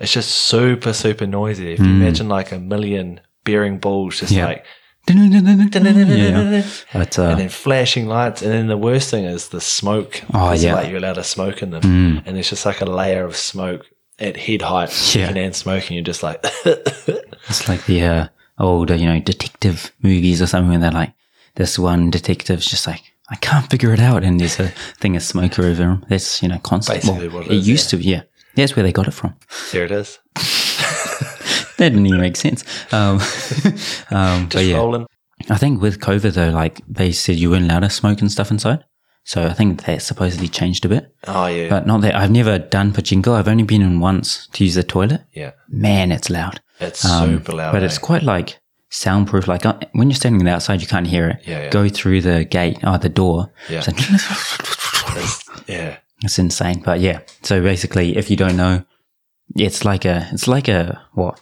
Speaker 2: It's just super, super noisy. If you imagine like a million bearing balls, just
Speaker 1: Mm. Yeah.
Speaker 2: like
Speaker 1: yeah, but uh,
Speaker 2: and then flashing lights, and then the worst thing is the smoke.
Speaker 1: Oh,
Speaker 2: 'Cause,
Speaker 1: yeah. Mm.
Speaker 2: like you're allowed to smoke in them, and there's just like a layer of smoke at head height.
Speaker 1: Yeah.
Speaker 2: you can end smoking. You're just like,
Speaker 1: It's like the uh, old, uh, you know, detective movies or something where they're like, this one detective's just like, I can't figure it out. And there's a thing of smoke over him. That's, you know, constant.
Speaker 2: Basically what it is,
Speaker 1: used to, yeah. That's where they got it from.
Speaker 2: there it is.
Speaker 1: That didn't even make sense. Um, um, but
Speaker 2: Just
Speaker 1: yeah,
Speaker 2: rolling.
Speaker 1: I think with COVID though, like they said you weren't allowed to smoke and stuff inside. So I think that supposedly changed a bit.
Speaker 2: Oh yeah,
Speaker 1: But not that I've never done pachinko. I've only been in once to use the toilet.
Speaker 2: yeah.
Speaker 1: Man, it's loud.
Speaker 2: It's
Speaker 1: Um,
Speaker 2: super loud.
Speaker 1: But
Speaker 2: eh?
Speaker 1: it's quite like soundproof. Like uh, when you're standing outside, you can't hear it.
Speaker 2: Yeah, yeah.
Speaker 1: Go through the gate or the door.
Speaker 2: Yeah.
Speaker 1: So-
Speaker 2: It's- yeah,
Speaker 1: it's insane. But yeah. So basically, if you don't know, it's like a it's like a what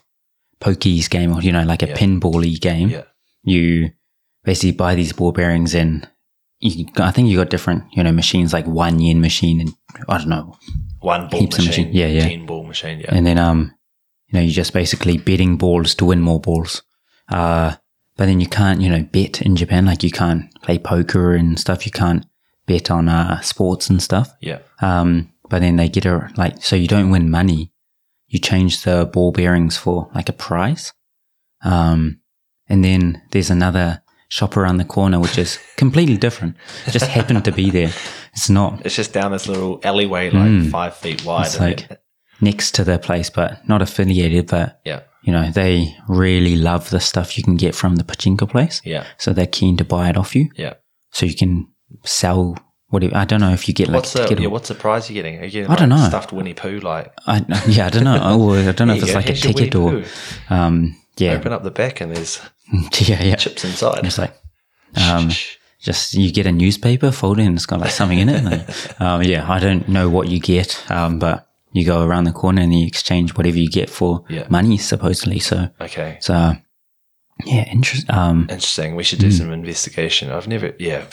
Speaker 1: pokies game or you know like a
Speaker 2: Yeah.
Speaker 1: pinball-y game.
Speaker 2: yeah,
Speaker 1: You basically buy these ball bearings and. You, I think you got different, you know, machines like one yen machine and I don't know,
Speaker 2: one ball
Speaker 1: Heaps of
Speaker 2: machine,
Speaker 1: machine. Yeah, yeah.
Speaker 2: ten ball machine, yeah,
Speaker 1: and then um, you know, you're just basically betting balls to win more balls. Uh, but then you can't, you know, bet in Japan. Like you can't play poker and stuff. You can't bet on uh, sports and stuff.
Speaker 2: yeah,
Speaker 1: Um, but then they get a like, so you don't win money. You change the ball bearings for like a prize. Um, and then there's another shop around the corner, which is completely different. It just happened to be there. It's not
Speaker 2: It's just down this little alleyway, like
Speaker 1: Mm.
Speaker 2: five feet wide.
Speaker 1: It's
Speaker 2: and
Speaker 1: like- next to the place, but not affiliated, but
Speaker 2: yeah,
Speaker 1: you know, they really love the stuff you can get from the pachinko place.
Speaker 2: yeah,
Speaker 1: So they're keen to buy it off you.
Speaker 2: yeah.
Speaker 1: So you can sell whatever. I don't know if you get like
Speaker 2: What's
Speaker 1: a
Speaker 2: the
Speaker 1: ticket.
Speaker 2: yeah,
Speaker 1: or,
Speaker 2: what's the prize you're getting? Are you getting
Speaker 1: I don't
Speaker 2: like,
Speaker 1: know.
Speaker 2: stuffed Winnie Pooh like
Speaker 1: I, yeah, I don't know. Oh, I don't know if
Speaker 2: Here
Speaker 1: it's
Speaker 2: you go,
Speaker 1: like a
Speaker 2: here's your
Speaker 1: ticket
Speaker 2: Winnie
Speaker 1: or, um, yeah,
Speaker 2: open up the back and there's
Speaker 1: yeah, yeah.
Speaker 2: chips inside.
Speaker 1: It's like, um, just you get a newspaper folded and it's got like something in it. Like, um, yeah, I don't know what you get, um, but you go around the corner and you exchange whatever you get for
Speaker 2: Yeah.
Speaker 1: money, supposedly. So,
Speaker 2: okay,
Speaker 1: so yeah, interest. Um,
Speaker 2: interesting. We should do some investigation. I've never. Yeah,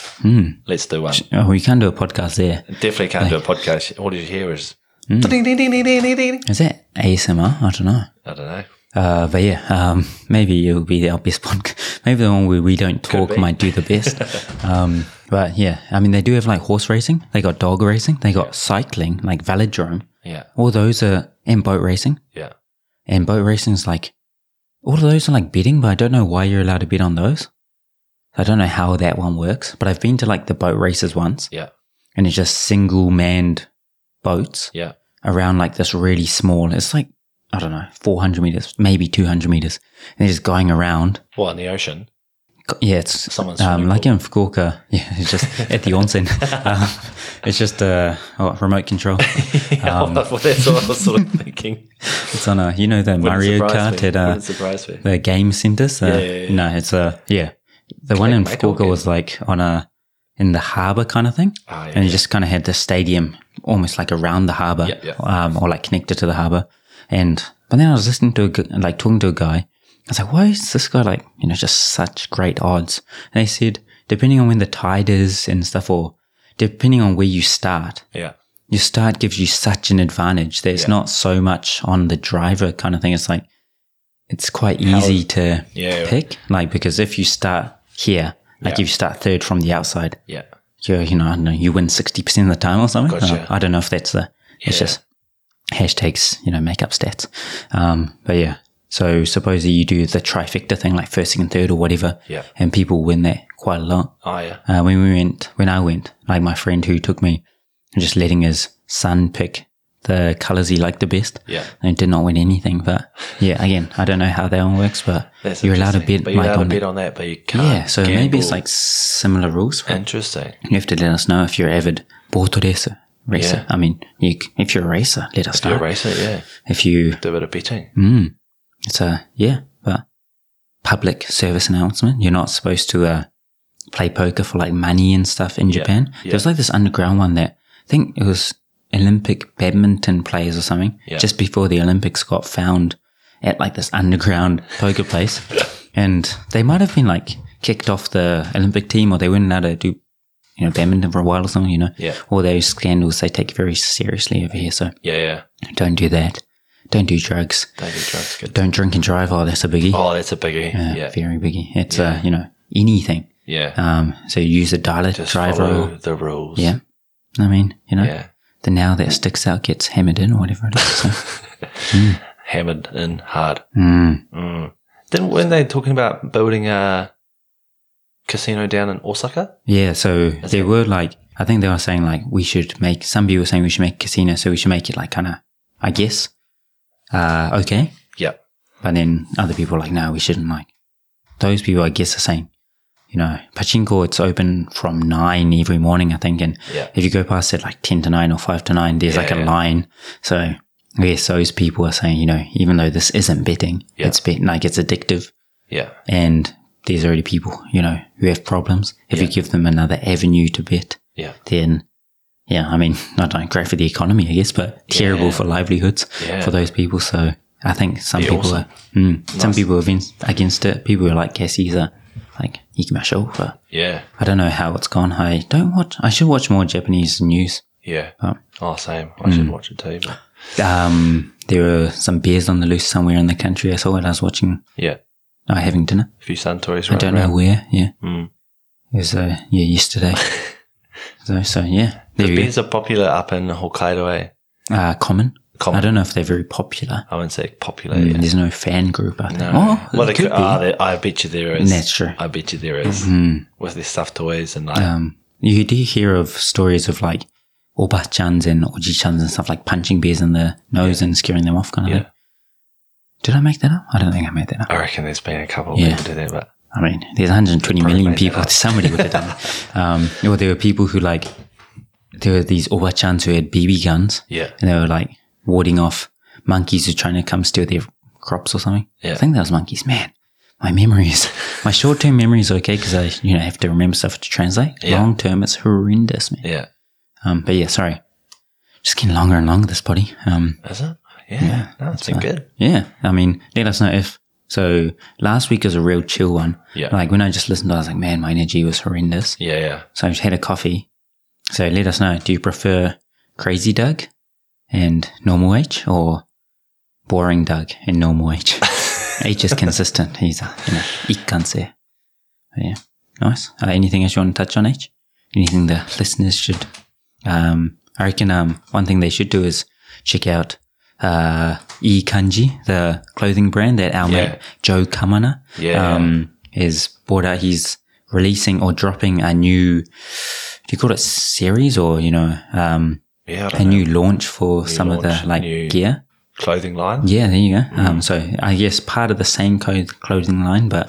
Speaker 2: let's do one.
Speaker 1: oh, we can do a podcast there.
Speaker 2: Definitely can't do a podcast. All you hear is.
Speaker 1: Hmm.
Speaker 2: Ding, ding, ding, ding, ding, ding.
Speaker 1: Is that ASMR? I don't know.
Speaker 2: I don't know.
Speaker 1: Uh, but yeah, um, maybe it'll be our best one. Maybe the one where we don't talk
Speaker 2: be.
Speaker 1: might do the best. um, but yeah, I mean, they do have like horse racing. They got dog racing. They got cycling, like velodrome.
Speaker 2: Yeah,
Speaker 1: All those are, and boat racing.
Speaker 2: yeah.
Speaker 1: And boat racing is like, all of those are like betting, but I don't know why you're allowed to bet on those. I don't know how that one works, but I've been to like the boat races once
Speaker 2: Yeah,
Speaker 1: and it's just single manned boats
Speaker 2: yeah,
Speaker 1: around like this really small. It's like I don't know, 400 meters, maybe 200 meters, and they're just going around.
Speaker 2: What in the ocean?
Speaker 1: Go- Yeah, it's
Speaker 2: Someone's
Speaker 1: um,
Speaker 2: swimming
Speaker 1: like in Fukuoka. Yeah, it's just at the onsen. um, it's just uh, oh, remote control.
Speaker 2: Yeah,
Speaker 1: Um,
Speaker 2: well, that's what I was sort of thinking.
Speaker 1: It's on a you know the
Speaker 2: Wouldn't
Speaker 1: Mario
Speaker 2: surprise
Speaker 1: Kart
Speaker 2: me.
Speaker 1: at uh,
Speaker 2: Wouldn't surprise me.
Speaker 1: the game centers. Uh,
Speaker 2: Yeah, yeah, yeah.
Speaker 1: No, it's uh, yeah. The one in
Speaker 2: Make all
Speaker 1: Fukuoka was like on a in the harbor kind of thing.
Speaker 2: Ah, yeah.
Speaker 1: and you just kind of had the stadium almost like around the harbour,
Speaker 2: Yeah, yeah.
Speaker 1: Um, or like connected to the harbour. And but then I was listening to a, gu- like talking to a guy. I was like, why is this guy like you know just such great odds? And they said depending on when the tide is and stuff, or depending on where you start,
Speaker 2: Yeah,
Speaker 1: your start gives you such an advantage that it's not so much on the driver kind of thing. It's like it's quite easy to
Speaker 2: Yeah.
Speaker 1: pick, like because if you start here, like if you start third from the outside,
Speaker 2: yeah.
Speaker 1: you you know, I don't know, you win 60% of the time or something.
Speaker 2: Gotcha.
Speaker 1: Uh, I don't know if that's the, it's
Speaker 2: Yeah.
Speaker 1: just hashtags, you know, make up stats. Um, but yeah. So suppose that you do the trifecta thing, like first, second, third or whatever.
Speaker 2: Yeah.
Speaker 1: And people win that quite a lot.
Speaker 2: Oh, yeah.
Speaker 1: Uh, when we went, when I went, like my friend who took me, and just letting his son pick the colours he liked the best.
Speaker 2: Yeah.
Speaker 1: And did not win anything. But yeah, again, I don't know how that one works, but
Speaker 2: That's
Speaker 1: you're allowed to
Speaker 2: interesting.
Speaker 1: bet
Speaker 2: But you're
Speaker 1: like
Speaker 2: allowed
Speaker 1: on
Speaker 2: to
Speaker 1: the-
Speaker 2: bet on that, but you can't.
Speaker 1: Yeah, so maybe it's
Speaker 2: gamble.
Speaker 1: like similar rules. right?
Speaker 2: Interesting.
Speaker 1: You have to let us know if you're avid board racer. Racer.
Speaker 2: Yeah.
Speaker 1: I mean, you, c- if you're a racer, let us
Speaker 2: Do a
Speaker 1: know.
Speaker 2: racer, yeah.
Speaker 1: If you,
Speaker 2: Do a bit of betting.
Speaker 1: mm, it's a yeah, but public service announcement. You're not supposed to uh, play poker for like money and stuff in Japan.
Speaker 2: yeah.
Speaker 1: There's like this underground one that I think it was Olympic badminton players or something.
Speaker 2: Yeah.
Speaker 1: Just before the Olympics got found at like this underground poker place, and they might have been like kicked off the Olympic team or they weren't allowed to do. You know, badminton for a while or something, you know.
Speaker 2: Yeah.
Speaker 1: All those scandals they take very seriously over here. So
Speaker 2: Yeah, yeah.
Speaker 1: don't do that. Don't do drugs.
Speaker 2: Don't do drugs. Good.
Speaker 1: Don't drink and drive. Oh, that's a biggie.
Speaker 2: Oh, that's a biggie.
Speaker 1: Uh,
Speaker 2: yeah.
Speaker 1: Very biggie. It's, uh, you know, anything.
Speaker 2: Yeah.
Speaker 1: Um, so you use a dialer
Speaker 2: Just
Speaker 1: driver.
Speaker 2: follow
Speaker 1: Or,
Speaker 2: the rules.
Speaker 1: yeah. I mean, you know,
Speaker 2: Yeah.
Speaker 1: the now that sticks out gets hammered in or whatever it is. So,
Speaker 2: Hammered in hard.
Speaker 1: mm.
Speaker 2: Mm. Then weren't they talking about building a casino down in Osaka?
Speaker 1: Yeah. So they were like, I think they were saying like, we should make, some people were saying we should make a casino. So we should make it like kind of, I guess, uh, okay.
Speaker 2: Yeah.
Speaker 1: But then other people are like, no, we shouldn't like. Those people, I guess, are saying, you know, pachinko, it's open from nine every morning, I think. And
Speaker 2: Yeah.
Speaker 1: if you go past it like 10 to nine or five to nine, there's like a
Speaker 2: Yeah.
Speaker 1: line. So I guess those people are saying, you know, even though this isn't betting,
Speaker 2: Yeah.
Speaker 1: it's bet like it's addictive
Speaker 2: Yeah.
Speaker 1: and there's already people, you know, who have problems. If you
Speaker 2: Yeah.
Speaker 1: give them another avenue to bet,
Speaker 2: Yeah.
Speaker 1: then yeah, I mean, not doing great for the economy, I guess, but terrible
Speaker 2: Yeah.
Speaker 1: for livelihoods
Speaker 2: Yeah.
Speaker 1: for those people. So I think some
Speaker 2: Yeah,
Speaker 1: people
Speaker 2: awesome.
Speaker 1: are, mm, some people are against, against it. People are like Cassie's are like Ikimasho, but
Speaker 2: Yeah.
Speaker 1: I don't know how it's gone. I don't watch. I should watch more Japanese news.
Speaker 2: Yeah.
Speaker 1: Oh. Mm.
Speaker 2: Oh, same. I should watch it too. But
Speaker 1: Um, there are some bears on the loose somewhere in the country. I saw it. I was watching.
Speaker 2: yeah.
Speaker 1: I was having dinner.
Speaker 2: A few Santoris
Speaker 1: I
Speaker 2: right
Speaker 1: don't
Speaker 2: around.
Speaker 1: know where. Yeah,
Speaker 2: Mm.
Speaker 1: it was uh, yeah yesterday. so so yeah, there
Speaker 2: The
Speaker 1: you
Speaker 2: beers are popular up in Hokkaido, eh?
Speaker 1: go. Uh, common.
Speaker 2: Common.
Speaker 1: I don't know if they're very popular.
Speaker 2: I wouldn't say popular.
Speaker 1: Mm,
Speaker 2: yeah.
Speaker 1: There's no fan group. I think.
Speaker 2: No.
Speaker 1: Oh,
Speaker 2: well,
Speaker 1: it
Speaker 2: they
Speaker 1: could
Speaker 2: could,
Speaker 1: be.
Speaker 2: ah, there- I bet you there is.
Speaker 1: That's true.
Speaker 2: I bet you there is.
Speaker 1: Mm.
Speaker 2: With their stuffed toys and like,
Speaker 1: um, you do hear of stories of like obachans and ojichans and stuff like punching bears in the nose and scaring them off, kind of
Speaker 2: Yeah.
Speaker 1: thing. Did I make that up? I don't think I made that up.
Speaker 2: I reckon there's been a couple of
Speaker 1: Yeah.
Speaker 2: people do that, but
Speaker 1: I mean, there's 120 million
Speaker 2: made that
Speaker 1: people.
Speaker 2: up.
Speaker 1: Somebody would have done. it. Um, or there were people who like there were these obachans who had BB guns
Speaker 2: yeah.
Speaker 1: and they were like warding off monkeys who trying to come steal their crops or something.
Speaker 2: Yeah.
Speaker 1: I think that was monkeys. Man, my memories, my short term memory is okay because I you know have to remember stuff to translate.
Speaker 2: Yeah.
Speaker 1: Long term, it's horrendous, man.
Speaker 2: Yeah.
Speaker 1: Um, but yeah, sorry. Just getting longer and longer, this body. Um,
Speaker 2: Is it? Yeah. no, it's been good.
Speaker 1: yeah, I mean, let us know if. So last week was a real chill one.
Speaker 2: Yeah.
Speaker 1: Like when I just listened, to it, I was like, man, my energy was horrendous.
Speaker 2: Yeah, yeah.
Speaker 1: So I just had a coffee. So let us know. Do you prefer Crazy Doug and Normal H or Boring Doug and Normal H? H is consistent. He's a, you know, ik kan se. Yeah. Nice. Uh, anything else you want to touch on H? Anything the listeners should, um, I reckon, um, one thing they should do is check out, uh, E Kanji, the clothing brand that our
Speaker 2: Yeah.
Speaker 1: mate Joe Kamana,
Speaker 2: Yeah.
Speaker 1: um, is brought out. He's releasing or dropping a new, do you call it series or, you know, um,
Speaker 2: yeah. I
Speaker 1: a
Speaker 2: don't know.
Speaker 1: new launch for some of
Speaker 2: launch,
Speaker 1: the like
Speaker 2: new- Mm-hmm.
Speaker 1: gear.
Speaker 2: Clothing line.
Speaker 1: Yeah, there you go. Um, so I guess part of the same co- clothing line, but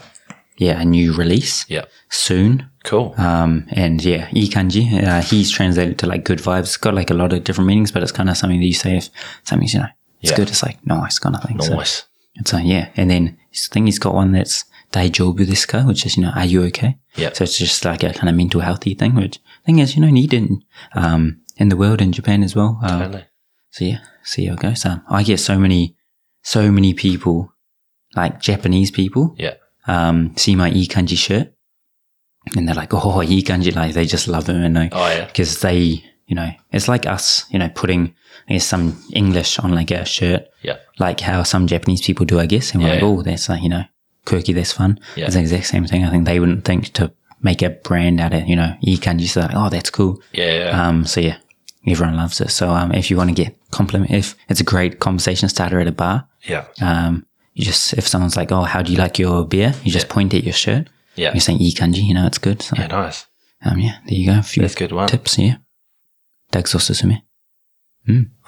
Speaker 1: yeah, a new release
Speaker 2: Yeah.
Speaker 1: soon.
Speaker 2: Cool.
Speaker 1: Um, and yeah, Ikanji, uh, he's translated to like good vibes. It's got like a lot of different meanings, but it's kind of something that you say if something's, you know, it's
Speaker 2: Yeah.
Speaker 1: good. It's like nice kind of thing. So-
Speaker 2: nice.
Speaker 1: and so yeah, and then I think he's got one that's Daijobu desu ka, which is you know, are you okay?
Speaker 2: Yeah.
Speaker 1: So it's just like a kind of mental healthy thing, which thing is you know needed um, in the world in Japan as well. Uh,
Speaker 2: Totally.
Speaker 1: so yeah, see how it goes. Um, I get so many, so many people, like Japanese people,
Speaker 2: Yeah.
Speaker 1: um, see my e kanji shirt, and they're like, oh e kanji, like they just love it, and like
Speaker 2: Oh, yeah.
Speaker 1: because they, you know, it's like us, you know, putting I guess, some English on like a shirt
Speaker 2: Yeah.
Speaker 1: like how some Japanese people do, I guess. And we're
Speaker 2: Yeah,
Speaker 1: like,
Speaker 2: yeah.
Speaker 1: oh, that's like, you know, quirky, that's fun.
Speaker 2: Yeah.
Speaker 1: It's the exact same thing. I think they wouldn't think to make a brand out of, you know, e kanji. So they're like, oh, that's cool.
Speaker 2: Yeah. Yeah.
Speaker 1: Um, so yeah, everyone loves it. So, um, if you want to get compliment, if it's a great conversation starter at a bar,
Speaker 2: yeah.
Speaker 1: um, you just, if someone's like, oh, how do you like your beer? You just point at your shirt.
Speaker 2: Yeah.
Speaker 1: You're saying e kanji, you know, it's good. So,
Speaker 2: Yeah. Nice.
Speaker 1: um, yeah, there you go. A few
Speaker 2: That's a good one.
Speaker 1: tips, yeah. Doug Sosusume.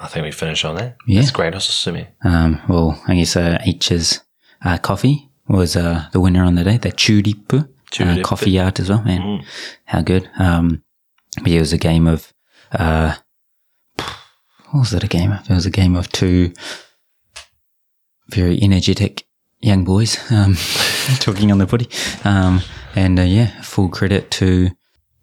Speaker 3: I think we finish on that.
Speaker 1: Yeah.
Speaker 3: That's great, Osasumi.
Speaker 1: Um, well, I guess uh, H's uh, coffee was uh, the winner on the day. The Chudipu, uh,
Speaker 3: Chudipu.
Speaker 1: coffee art as well, man.
Speaker 3: Mm.
Speaker 1: How good. Um, but yeah, it was a game of, uh, what was it a game of? It was a game of two very energetic young boys um, talking on the footy. Um, and uh, yeah, full credit to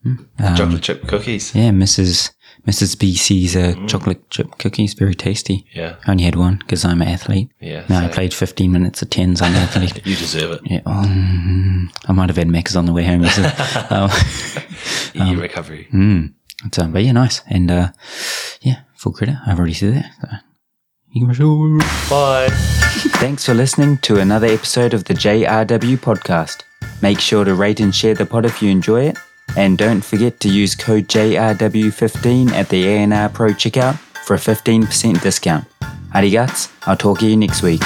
Speaker 1: Um,
Speaker 3: Chocolate chip cookies.
Speaker 1: yeah, Mrs. Mrs. BC's uh, chocolate chip cookies, very tasty.
Speaker 3: Yeah.
Speaker 1: I only had one because I'm an athlete.
Speaker 3: Yeah.
Speaker 1: No, I
Speaker 3: same.
Speaker 1: played 15 minutes of 10s. I'm an athlete.
Speaker 3: You deserve it.
Speaker 1: yeah, oh, mm, I might have had Macca's on the way home. This is- um,
Speaker 3: Your recovery.
Speaker 1: mm, it's, um, but yeah, nice. And uh, yeah, full credit. I've already said that. So. you can show.
Speaker 3: Bye.
Speaker 1: Thanks for listening to another episode of the JRW podcast. Make sure to rate and share the pod if you enjoy it. And don't forget to use code JRW15 at the ANR Pro checkout for a 15% discount. Arigats, I'll talk to you next week.